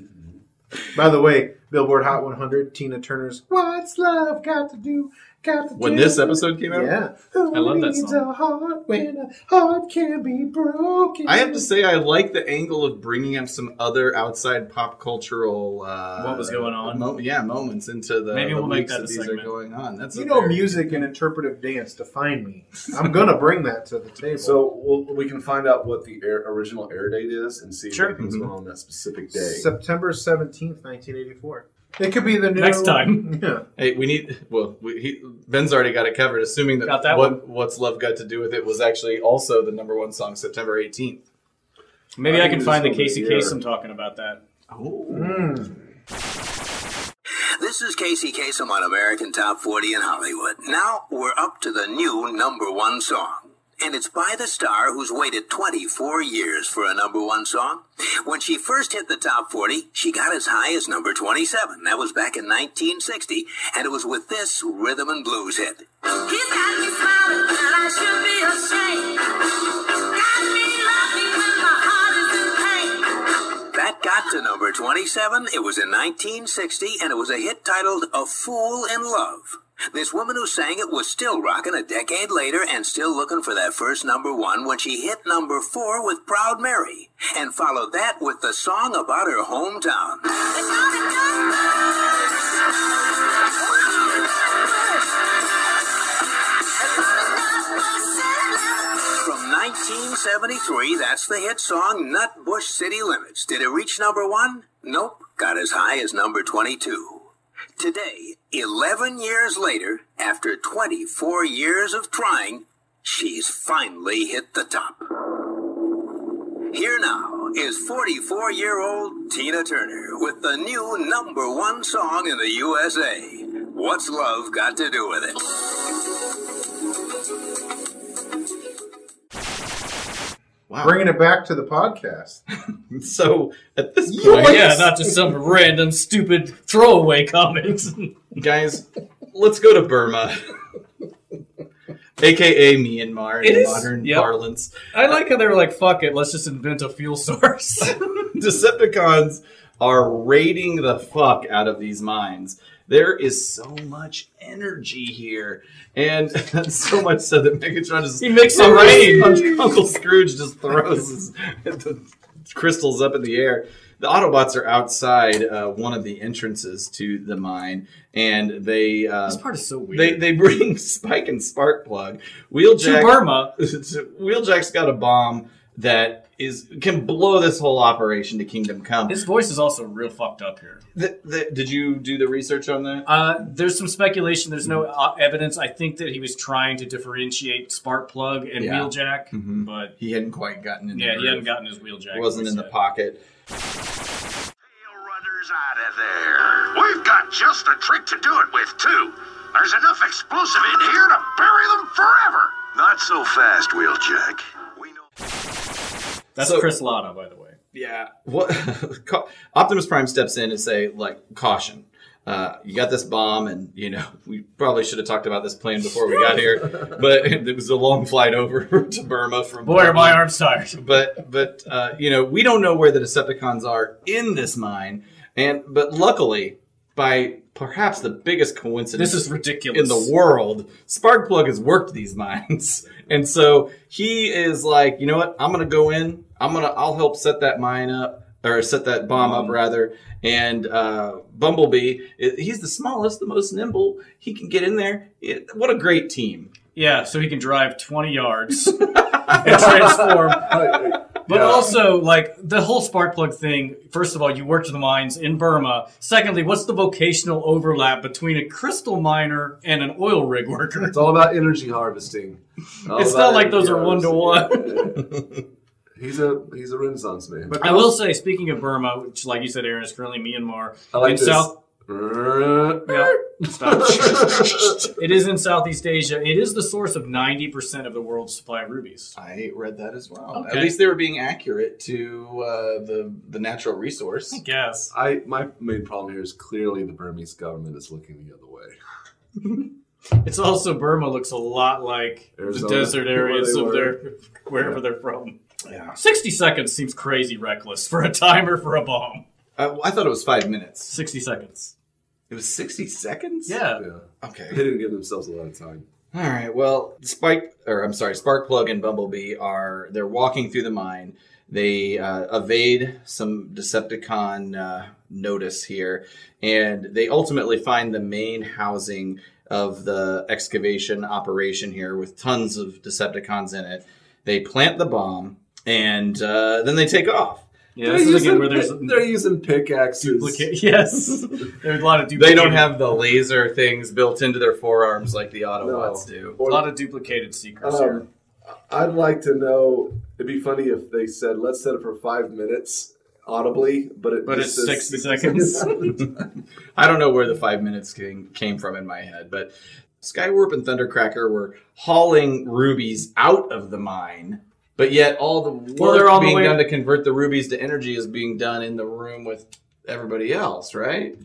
A: tonight. By the way, Billboard Hot 100, Tina Turner's "What's Love Got to Do?" Got to
E: When
A: do
E: this
A: with-"
E: episode came out,
A: yeah, Who
C: I love that
A: needs
C: song.
A: A heart when a heart can be broken.
E: I have to say I like the angle of bringing up some other outside pop cultural uh,
C: What was going on?
E: Mo- yeah, moments into the
C: Maybe
E: the
C: we'll make
E: weeks
C: that a
E: these
C: segment.
E: are going on. That's
A: you
E: a
A: know
E: very-
A: music and interpretive dance define me. I'm gonna bring that to the table.
B: So we'll, we can find out what the air, original air date is and see
C: Sure.
B: if anything's
E: Mhm.
B: going on that specific day.
A: September 17th, 1984. It could be the new
C: Next time.
A: Yeah.
E: Hey, we need. Well, we, he, Ben's already got it covered. Assuming that,
C: Got that
E: what what's love got to do with it was actually also the number one song, September eighteenth.
C: Maybe I,
B: I
C: can
B: think
C: find the
B: this
C: Casey
B: over here.
C: Kasem talking about that.
E: Oh,
A: Mm.
H: This is Casey Kasem on American Top 40 in Hollywood. Now we're up to the new number one song. And it's by the star who's waited 24 years for a number one song. When she first hit the top 40, she got as high as number 27. That was back in 1960. And it was with this rhythm and blues hit.
I: He's got me smiling when I should be ashamed. Got me laughing when my heart is in pain.
H: That got to number 27. It was in 1960, and it was a hit titled A Fool in Love. This woman who sang it was still rocking a decade later and still looking for that first number one when she hit number four with Proud Mary and followed that with the song about her hometown.
I: It's not a numbers. It's not a numbers.
H: From 1973, that's the hit song Nutbush City Limits. Did it reach number one? Nope. Got as high as number 22. Today, 11 years later, after 24 years of trying, she's finally hit the top. Here now is 44 year old Tina Turner with the new number one song in the USA. What's love got to do with it?
E: wow.
A: Bringing it back to the podcast.
E: so at this
A: You
E: point,
A: What?
C: Yeah, not just some random stupid throwaway comment.
E: guys, let's go to Burma. AKA Myanmar
C: It
E: in
C: is-
E: modern
C: yep.
E: parlance.
C: I like how they were like, "Fuck it, let's just invent a fuel source."
E: Decepticons are raiding the fuck out of these mines. There is so much energy here, and so much so that Megatron just
C: He makes it
E: Uncle-
C: rain.
E: Uncle, Uncle Scrooge just throws his, the crystals up in the air. The Autobots are outside uh, one of the entrances to the mine, and they uh,
C: this part is so weird.
E: they they bring Spike and Sparkplug.
C: to
E: Wheeljack
C: Burma.
E: Wheeljack's got a bomb that is can blow this whole operation to kingdom come.
C: His voice is also real fucked up here.
E: Th- th- did you do the research on that?
C: Uh, there's some speculation. There's no uh, evidence. I think that he was trying to differentiate spark plug and
E: Yeah.
C: wheeljack,
E: Mhm.
C: but
E: He hadn't quite gotten in.
C: yeah,
E: the
C: he hadn't
E: groove.
C: gotten his wheeljack.
E: Wasn't in the pocket.
F: Tail runners out of there. We've got just a trick to do it with, too. There's enough explosive in here to bury them forever. Not so fast, Wheeljack. We know.
C: That's
E: So-
C: Chris Latta, by the way.
E: Yeah. What? Ca- Optimus Prime steps in and say like caution. Uh, you got this bomb, and you know we probably should have talked about this plan before we got here, but it was a long flight over to Burma from.
C: Boy, are
E: Mm-hmm.
C: my arms tired.
E: but but uh, you know we don't know where the Decepticons are in this mine, and but luckily by perhaps the biggest coincidence
C: This is ridiculous.
E: in the world, Sparkplug has worked these mines, and so he is like, you know what? I'm gonna go in. I'm gonna I'll help set that mine up or set that bomb
C: Mm-hmm.
E: up rather. And uh, Bumblebee, i- he's the smallest, the most nimble. He can get in there. It- what a great team!
C: Yeah, so he can drive 20 yards and transform. But also, like, the whole spark plug thing, first of all, you worked the mines in Burma. Secondly, what's the vocational overlap between a crystal miner and an oil rig worker?
B: It's all about energy harvesting. All
C: It's not
B: about
C: like those
B: energy
C: are one-to-one.
B: harvesting. Yeah, yeah, yeah. he's a he's a Renaissance man.
C: I will say, speaking of Burma, which, like you said, Aaron, is currently Myanmar.
B: I like
C: in
B: this.
C: South, yeah, stop. it is in Southeast Asia. It is the source of 90% of the world's supply of rubies.
E: I read that as well.
C: Okay.
E: At least they were being accurate to uh, the the natural resource.
C: I guess.
B: I my main problem here is clearly the Burmese government is looking the other way.
C: It's also Burma looks a lot like
B: Arizona,
C: the desert
B: where
C: areas
B: they
C: of
B: were.
C: their wherever they're from.
E: Yeah.
C: Sixty seconds seems crazy reckless for a timer for a bomb.
E: I, Uh, I thought it was five minutes.
C: Sixty seconds.
E: It was sixty seconds.
C: Yeah.
B: Yeah,
E: Okay.
B: they didn't give themselves a lot of time.
E: All right. Well, Spike, or I'm sorry, Sparkplug and Bumblebee are they're walking through the mine. They uh, evade some Decepticon uh, notice here, and they ultimately find the main housing of the excavation operation here with tons of Decepticons in it. They plant the bomb, and uh, then they take off.
C: Yeah,
B: they're,
C: this is
B: using,
C: again where there's
B: pick- they're using pickaxes.
C: duplicate. Yes, there's a lot of
E: They
C: duplicated,
E: don't have the laser things built into their forearms like the Autobots
B: No.
E: do.
C: a lot of duplicated secrets here.
B: Um, I'd like to know. It'd be funny if they said, "Let's set it for five minutes audibly," but it
C: But
B: just
C: it's
B: says
C: 60 seconds.
E: I don't know where the five minutes came, came from in my head, but Skywarp and Thundercracker were hauling rubies out of the mine, but yet all the work
C: Well, they're on the
E: being
C: way-
E: done to convert the rubies to energy is being done in the room with everybody else, right?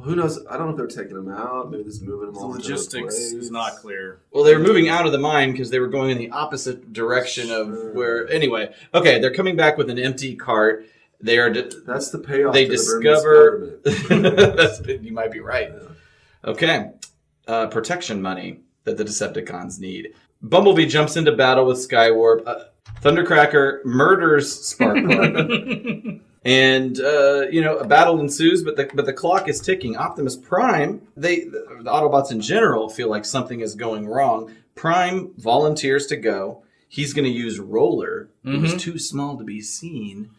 B: Who knows? I don't know if they're taking them out. Maybe they're moving them
C: The
B: all. into other
C: logistics
B: place.
C: is not clear.
E: Well, they were moving out of the mine because they were going in the opposite direction
B: Sure.
E: of where. Anyway, okay, they're coming back with an empty cart. They are. d-
B: That's the payoff.
E: they
B: to the Burmese
E: discover.
B: government.
E: That's, you might be right. Okay. Uh, protection money that the Decepticons need. Bumblebee jumps into battle with Skywarp. Uh, Thundercracker murders Sparkplug. and, uh, you know, a battle ensues, but the, but the clock is ticking. Optimus Prime, they the, the Autobots in general feel like something is going wrong. Prime volunteers to go. He's going to use Roller,
C: Mm-hmm.
E: who's too small to be seen.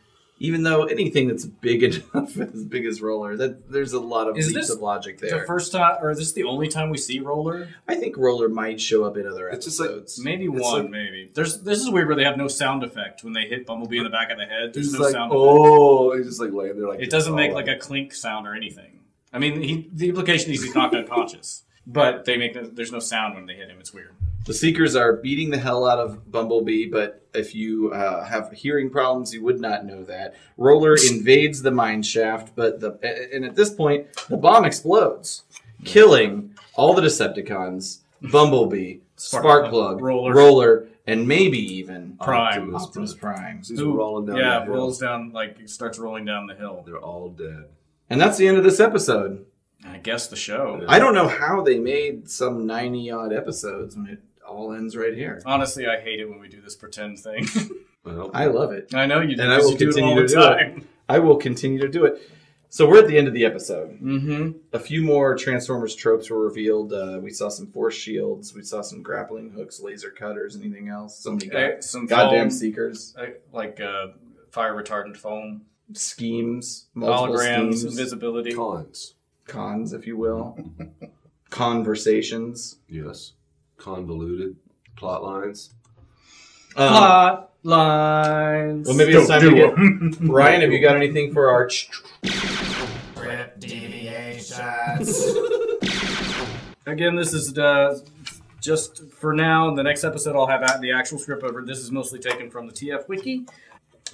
E: Even though anything that's big enough, as big as Roller, that there's a lot of
C: Is
E: leaps
C: this
E: of logic there.
C: The first time, or is this the only time we see Roller?
E: I think Roller might show up in other
B: It's just like-
E: episodes.
C: Maybe
B: It's
C: one,
B: like-
C: maybe. There's this is weird where they have no sound effect when they hit Bumblebee in the back of the head. There's
B: He's
C: no
B: like,
C: sound. effect.
B: oh, he's just like laying there, like
C: It doesn't make like
B: a.
C: a clink sound or anything. I mean, he, the implication is he's knocked unconscious, but they make no, there's no sound when they hit him. It's weird.
E: the Seekers are beating the hell out of Bumblebee, but if you uh, have hearing problems, you would not know that. Roller invades the mine shaft, but the and at this point the bomb explodes, killing all the Decepticons, Bumblebee,
C: Sparkplug,
E: Sparkplug,
C: Roller.
E: roller, and maybe even
C: Prime.
E: Optimus Prime.
B: These are rolling down
C: yeah,
B: the hill.
C: rolls down like it starts rolling down the hill.
B: They're all dead.
E: And that's the end of this episode.
C: I guess the show.
E: I don't know how they made some 90 odd episodes when it all ends right here.
C: Honestly, I hate it when we do this pretend thing.
B: Well,
E: I love it.
C: I know you do.
E: And I
C: 'cause
E: will
C: you do it all
E: continue
C: the
E: to do it.
C: time.
E: I will continue to do it. So we're at the end of the episode.
C: Mm-hmm.
E: A few more Transformers tropes were revealed. Uh, we saw some force shields. We saw some grappling hooks, laser cutters, anything else. Somebody got
C: Eh, some
E: goddamn
C: foam,
E: seekers,
C: eh, like uh, fire retardant foam,
E: schemes, multiple
C: holograms,
E: schemes,
C: invisibility.
B: Cons.
E: cons, if you will, conversations.
B: Yes. Convoluted plot lines.
E: Um,
C: Plot uh, lines.
E: well, maybe it's time to get Ryan. Have you got anything for our? Ch-
C: Again, this is uh, just for now. The next episode, I'll have out the actual script over. This is mostly taken from the TF Wiki.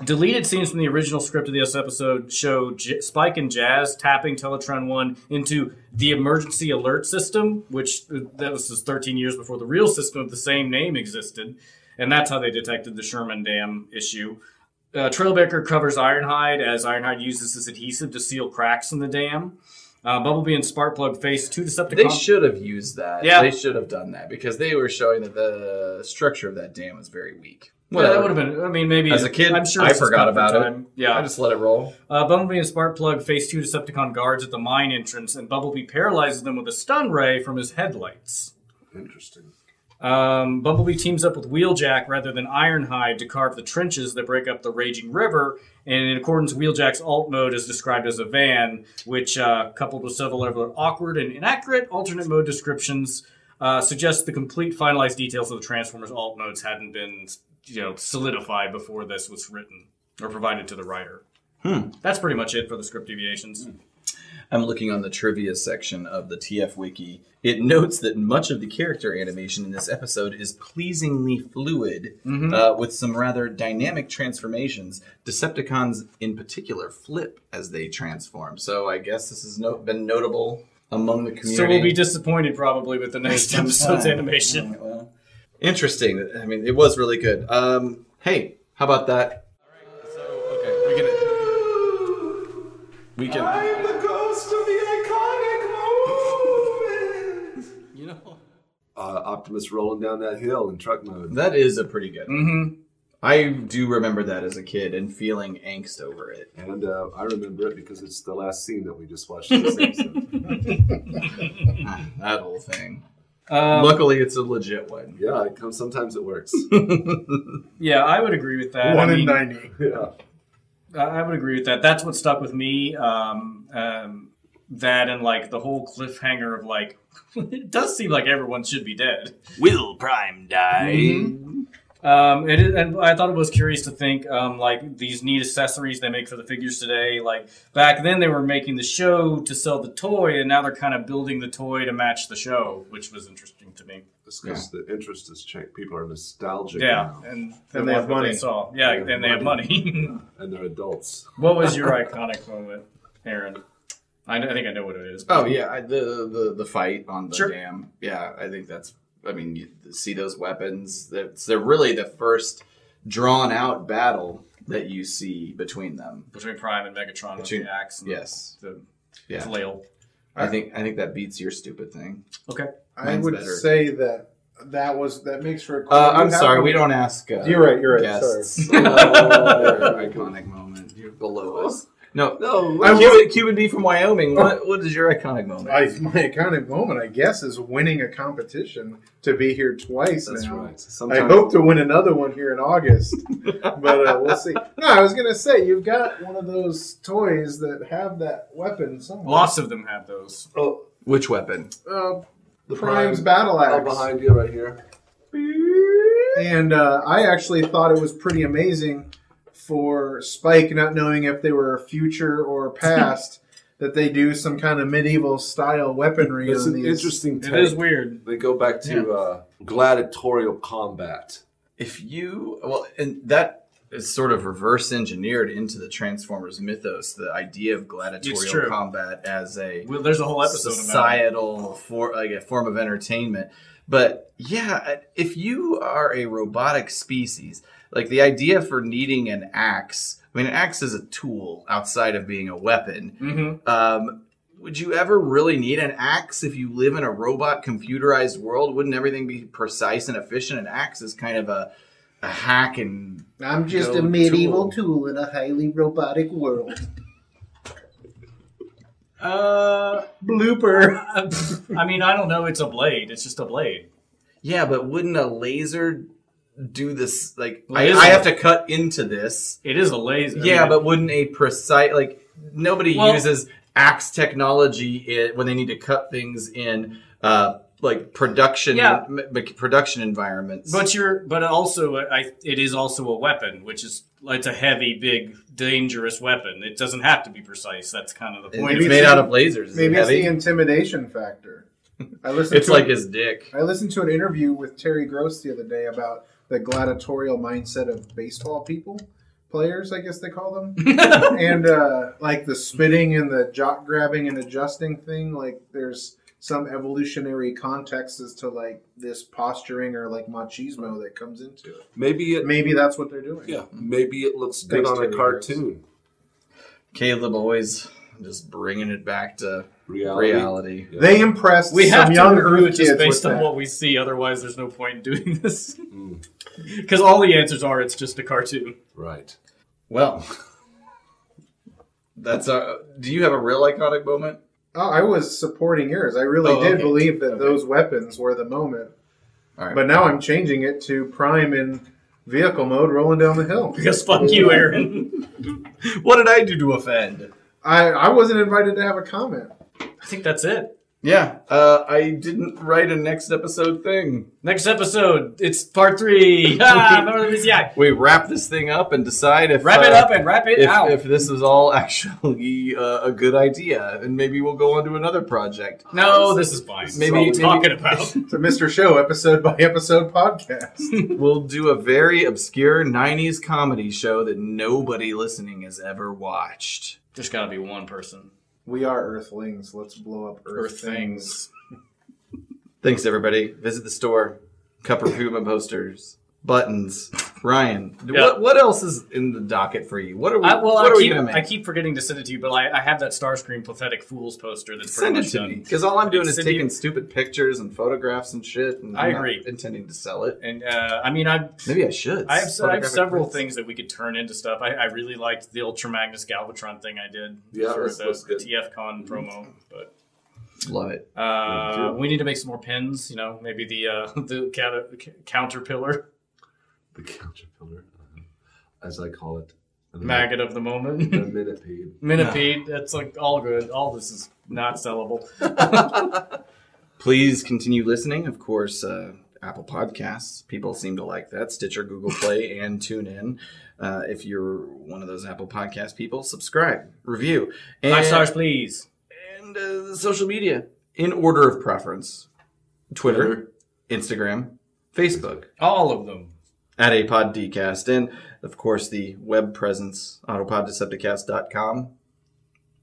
C: Deleted scenes from the original script of this episode show J- Spike and Jazz tapping Teletron 1 into the emergency alert system, which uh, that was just 13 years before the real system of the same name existed. And that's how they detected the Sherman Dam issue. Uh, Trailbaker covers Ironhide as Ironhide uses this adhesive to seal cracks in the dam. Uh, Bumblebee and Sparkplug face two Decepticons.
E: they should have used that.
C: Yeah.
E: they should have done that because they were showing that the structure of that dam was very weak.
C: Well, that
E: Whatever.
C: would have been. I mean, maybe
E: As a kid,
C: I'm sure
E: I
C: it's just
E: forgot
C: comfort
E: about it.
C: time. Yeah,
E: I just let it roll.
C: uh, Bumblebee and Sparkplug face two Decepticon guards at the mine entrance, and Bumblebee paralyzes them with a stun ray from his headlights.
B: Interesting.
C: Um, Bumblebee teams up with Wheeljack rather than Ironhide to carve the trenches that break up the raging river. And in accordance, Wheeljack's alt mode is described as a van, which, uh, coupled with several other awkward and inaccurate alternate mode descriptions, uh, suggests the complete finalized details of the Transformers alt modes hadn't been, you know, solidified before this was written or provided to the writer. That's pretty much it for the script deviations.
E: I'm looking on the trivia section of the TF Wiki. It notes that much of the character animation in this episode is pleasingly fluid,
C: Mm-hmm.
E: uh, with some rather dynamic transformations. Decepticons, in particular, flip as they transform. So I guess this has no- been notable among the community.
C: So we'll be disappointed probably with the next episode's animation.
E: Alright, Um, well. Interesting. I mean, it was really good. Um, hey, how about that? Okay, we can. We can. I'm the ghost of the iconic moment. You know
B: Uh, Optimus rolling down that hill in truck mode.
E: that is a pretty good. one.
C: hmm
E: I do remember that as a kid and feeling angst over it.
B: And uh, I remember it because it's the last scene that we just watched in this episode.
E: that whole thing.
C: Um,
E: Luckily, it's a legit one.
B: yeah, it comes, sometimes it works.
C: yeah, I would agree with that.
A: One
C: I
A: in
C: mean,
A: ninety.
B: yeah.
C: I I would agree with that. That's what stuck with me. Um, um, that and like the whole cliffhanger of like, it does seem like everyone should be dead.
E: Will Prime die?
C: Um, it is, and I thought it was curious to think um, like these neat accessories they make for the figures today. Like back then, they were making the show to sell the toy, and now they're kind of building the toy to match the show, which was interesting to me.
B: It's 'cause the interest is changed. People are nostalgic
C: Yeah,
B: now,
C: and,
A: And they have
C: what
A: money.
C: saw. Yeah,
B: They have
C: and they have money.
B: and they're adults.
C: what was your iconic moment, Aaron? I, know, I think I know what it is. but-
E: Oh yeah, I, the the the fight on the
C: Sure.
E: dam. Yeah, I think that's. I mean, you see those weapons. That's they're really the first drawn out battle that you see between them.
C: between Prime and Megatron
E: Between-
C: with the axe and
E: Yes,
C: the
E: yeah.
C: flail.
E: I think I think that beats your stupid thing.
C: Okay.
A: I
E: Mine's
A: would
E: better.
A: say that that was that makes for. A
E: Uh,
A: You
E: I'm
A: have-
E: sorry, we don't ask. Uh,
A: You're right. You're right.
E: Guests.
A: Sorry.
E: Their iconic moment. You're below us. No,
B: No,
E: I'm Cuban, Cuban B from Wyoming. What what is your iconic moment?
A: Oh. I, my iconic moment, I guess, is winning a competition to be here twice
B: that's
A: now.
B: right.
A: I
B: Sometimes
A: hope to win another one here in August, but uh, we'll see. No, I was gonna say you've got one of those toys that have that weapon somewhere.
C: Lots of them have those.
A: Oh,
E: Which weapon?
A: uh,
B: the
A: Prime's
B: prime
A: battle
B: out
A: axe.
B: behind you right here.
A: And uh, I actually thought it was pretty amazing for Spike not knowing if they were future or past that they do some kind of medieval style weaponry
B: It's
A: on
B: an
A: these.
B: interesting.
C: It
B: take.
C: is weird.
B: They go back to uh, gladiatorial combat.
E: If you well, and that it's sort of reverse engineered into the Transformers mythos. The idea of
C: It's true.
E: gladiatorial combat as a
C: Well, there's a whole episode about it.
E: societal for like a form of entertainment. But yeah, if you are a robotic species, like the idea for needing an axe. I mean, an axe is a tool outside of being a weapon.
C: Mhm.
E: Um, would you ever really need an axe if you live in a robot computerized world? Wouldn't everything be precise and efficient? An axe is kind of a, a hack and
J: I'm just
E: Go
J: a medieval
E: tool.
J: tool in a highly robotic world.
C: Uh,
J: Blooper.
C: I mean, I don't know. It's a blade. It's just a blade.
E: yeah, but wouldn't a laser do this? Like,
C: Well,
E: I,
C: it is
E: I
C: a-
E: have to cut into this.
C: It is a laser. I
E: yeah,
C: mean,
E: but wouldn't a precise like nobody
C: Well-
E: uses axe technology i when they need to cut things in uh, like production
C: Yeah.
E: m- m- production environments?
C: But you're, but also, uh, I, it is also a weapon, which is it's a heavy, big, dangerous weapon. It doesn't have to be precise. That's kind of the
E: It-
C: point.
E: it's
A: Maybe
C: of
E: made
A: it's
E: out
A: the-
E: of lasers. Is it
A: Maybe it's
E: heavy?
A: the intimidation factor. I listened
E: It's
A: to
E: like his dick.
A: I listened to an interview with Terry Gross the other day about the gladiatorial mindset of baseball people, players, I guess they call them, and uh, like the spitting and the jock grabbing and adjusting thing. Like there's some evolutionary context as to like this posturing or like machismo that comes into it.
B: Maybe it.
A: Maybe that's what they're doing.
B: Yeah, maybe it looks good
A: Thanks,
B: on a
A: Terry
B: cartoon.
E: Caleb always just bringing it back to
B: Reality.
E: reality.
A: They impressed
C: we
A: some
C: have
A: young
C: to review it
A: Earth
C: just
A: kids
C: based
A: with
C: on
A: that.
C: what we see. Otherwise, there's no point in doing this. Because all the answers are it's just a cartoon.
B: Right.
E: Well, that's our. Do you have a real iconic moment?
A: Oh, I was supporting yours. I really
E: Oh,
A: did
E: okay.
A: believe that
E: Okay.
A: those weapons were the moment.
E: All right.
A: But now I'm changing it to prime in vehicle mode rolling down the hill.
C: Because fuck you, Aaron.
E: what did I do to offend?
A: I, I wasn't invited to have a comment.
C: I think that's it.
E: Yeah, uh, I didn't write a next episode thing.
C: Next episode, it's part three. Ah, remember this, yeah.
E: We wrap this thing up and decide if
C: Wrap
E: uh,
C: it up and wrap it
E: if,
C: out.
E: if this is all actually uh, a good idea, and maybe we'll go on to another project.
C: no, this is fine.
E: Maybe-
C: Maybe you
E: maybe-
C: talking about.
A: It's a Mr. Show episode by episode podcast.
E: We'll do a very obscure '90s comedy show that nobody listening has ever watched.
C: There's got to be one person.
A: we are Earthlings. Let's blow up Earth,
C: Earth
A: things.
C: things.
E: Thanks, everybody. Visit the store. Cupper Puma posters, buttons. Ryan, what, what else is in the docket for you? What are we?
C: I, Uh, well,
E: what
C: I
E: are we
C: keep,
E: gonna make?
C: I keep forgetting to send it to you, but I, I have that Starscream pathetic fools poster that's
E: Send
C: pretty
E: it
C: much
E: to me
C: done.
E: because all I'm doing is
C: Send you-
E: taking stupid pictures and photographs and shit. And
C: I
E: I'm not
C: agree.
E: intending to sell it.
C: And uh, I mean, I've
E: Maybe I should.
C: I have, s- I have
E: Photographic
C: several
E: prints.
C: things that we could turn into stuff. I, I really liked the Ultramagnus Galvatron thing I did
B: Yeah,
C: for
B: that's-
C: the,
B: that's
C: the
B: good.
C: TFCon promo. But
E: Love it.
C: uh, we need to make some more pins. You know, maybe the uh, the cat- c- counterpillar
B: The counterpillar, uh, as I call it. And the
C: maggot of the
B: The
C: moment,
B: Minipede.
C: Minipede. That's like all good. All this is not sellable.
E: Please continue listening. Of course, uh, Apple Podcasts. People seem to like that. Stitcher, Google Play, and TuneIn. Uh, if you're one of those Apple Podcast people, subscribe, review, and,
C: Five stars, please.
E: and uh, social media in order of preference: Twitter, Instagram, Facebook.
C: All of them.
E: at apoddcast and of course the web presence autopoddecepticast.com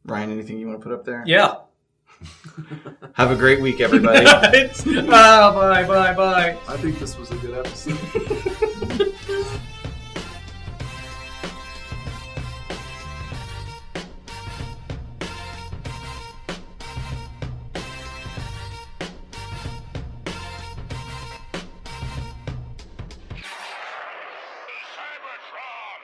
E: ryan anything you want to put up there
C: Yeah.
E: have a great week everybody
C: It's- ah, bye, bye, bye.
B: I think this was a good episode.
D: Cybertron!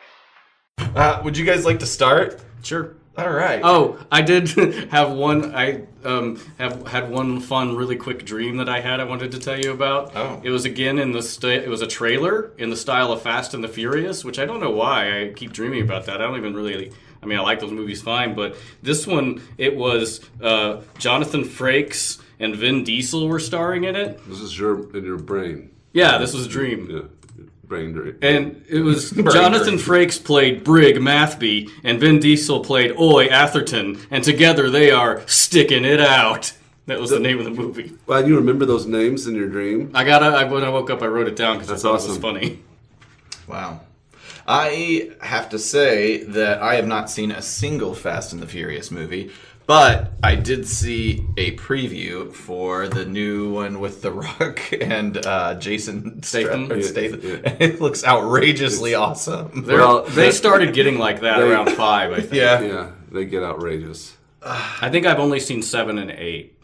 E: uh, would you guys like to start
C: Sure.
E: all right
C: Oh, I did have one. I um, have had one fun, really quick dream that I had. I wanted to tell you about.
E: Oh.
C: it was again in the sta- it was a trailer in the style of Fast and the Furious, which I don't know why I keep dreaming about that. I don't even really. I mean, I like those movies fine, but this one it was uh, Jonathan Frakes and Vin Diesel were starring in it.
B: This is your in your brain.
C: Yeah, this was a dream.
B: Yeah, brain dirt.
C: And it was Jonathan Frakes played Brig Mathby, and Vin Diesel played Oi Atherton, and together they are sticking it out. That was the, name of the movie.
B: Well, you remember those names in your dream?
C: I got I, when I woke up, I wrote it down because I
B: That's
C: thought it was
B: awesome.
C: funny.
E: wow I have to say that I have not seen a single Fast and the Furious movie, but I did see a preview for the new one with The Rock and uh, Jason Statham.
C: Statham?
E: Statham. It looks outrageously awesome.
C: They're- Uh, they started getting like that
K: They-
C: around five. I think.
E: Yeah.
K: Yeah, they get outrageous.
C: I think I've only seen seven and eight.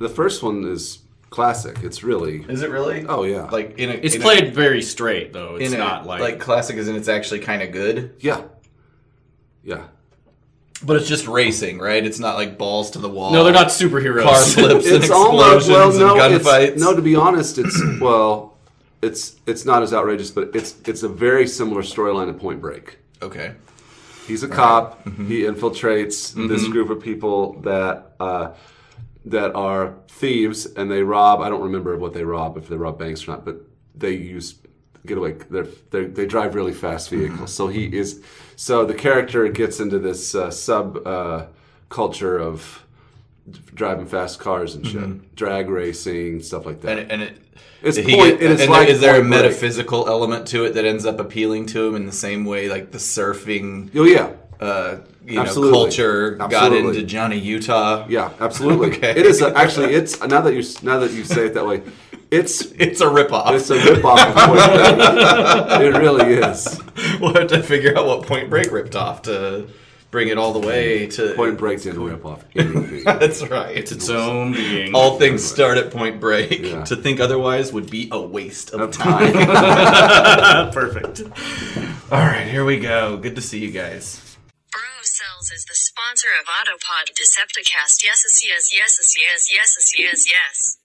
K: The first one is classic. It's really.
E: Is it really?
K: Oh yeah.
E: Like in a,
C: It's
E: in a-
C: played very straight though. It's
E: in a-
C: not like,
E: classic, as in it's actually kind of good.
K: yeah. Yeah.
E: But it's just racing, right? It's not like balls to the wall.
C: no, they're not superheroes.
E: car flips and explosions and gunfights.
K: It's, no, to be honest, it's well, it's it's not as outrageous, but it's it's a very similar storyline to Point Break.
E: okay.
K: He's a cop.
E: Mm-hmm.
K: He infiltrates this group of people that uh, that are thieves, and they rob. I don't remember what they rob, if they rob banks or not, but they use getaway. They're, they they drive really fast
E: Mm-hmm.
K: vehicles. So he is. So the character gets into this uh, sub uh, culture of driving fast cars and shit, drag racing, stuff like that.
E: Mm-hmm. And it, and it
K: It's
E: did he
K: point-
E: get-
K: and it's
E: and
K: like
E: is there a
K: Point Break.
E: metaphysical element to it that ends up appealing to him in the same way, like the surfing,
K: oh yeah,
E: uh, you know,
K: Absolutely.
E: culture got
K: Absolutely.
E: into Johnny Utah?
K: yeah, absolutely.
E: Okay.
K: It is a, actually. It's now that you s- now that you say it that way. It's
E: It's a ripoff.
K: It's a ripoff of Point Break. It really is.
E: we'll have to figure out what Point Break ripped off to bring it all the way to
K: Point Break didn't rip off anything.
E: That's right.
C: It's its own being.
E: All things start at Point Break.
K: Yeah.
E: To think otherwise would be a waste of
K: Of
E: time.
K: time.
E: Perfect. All right, here we go. Good to see you guys.
G: Burrow Cells is the sponsor of Autopod Decepticast. Yes, yes, yes, yes, yes, yes, yes, yes.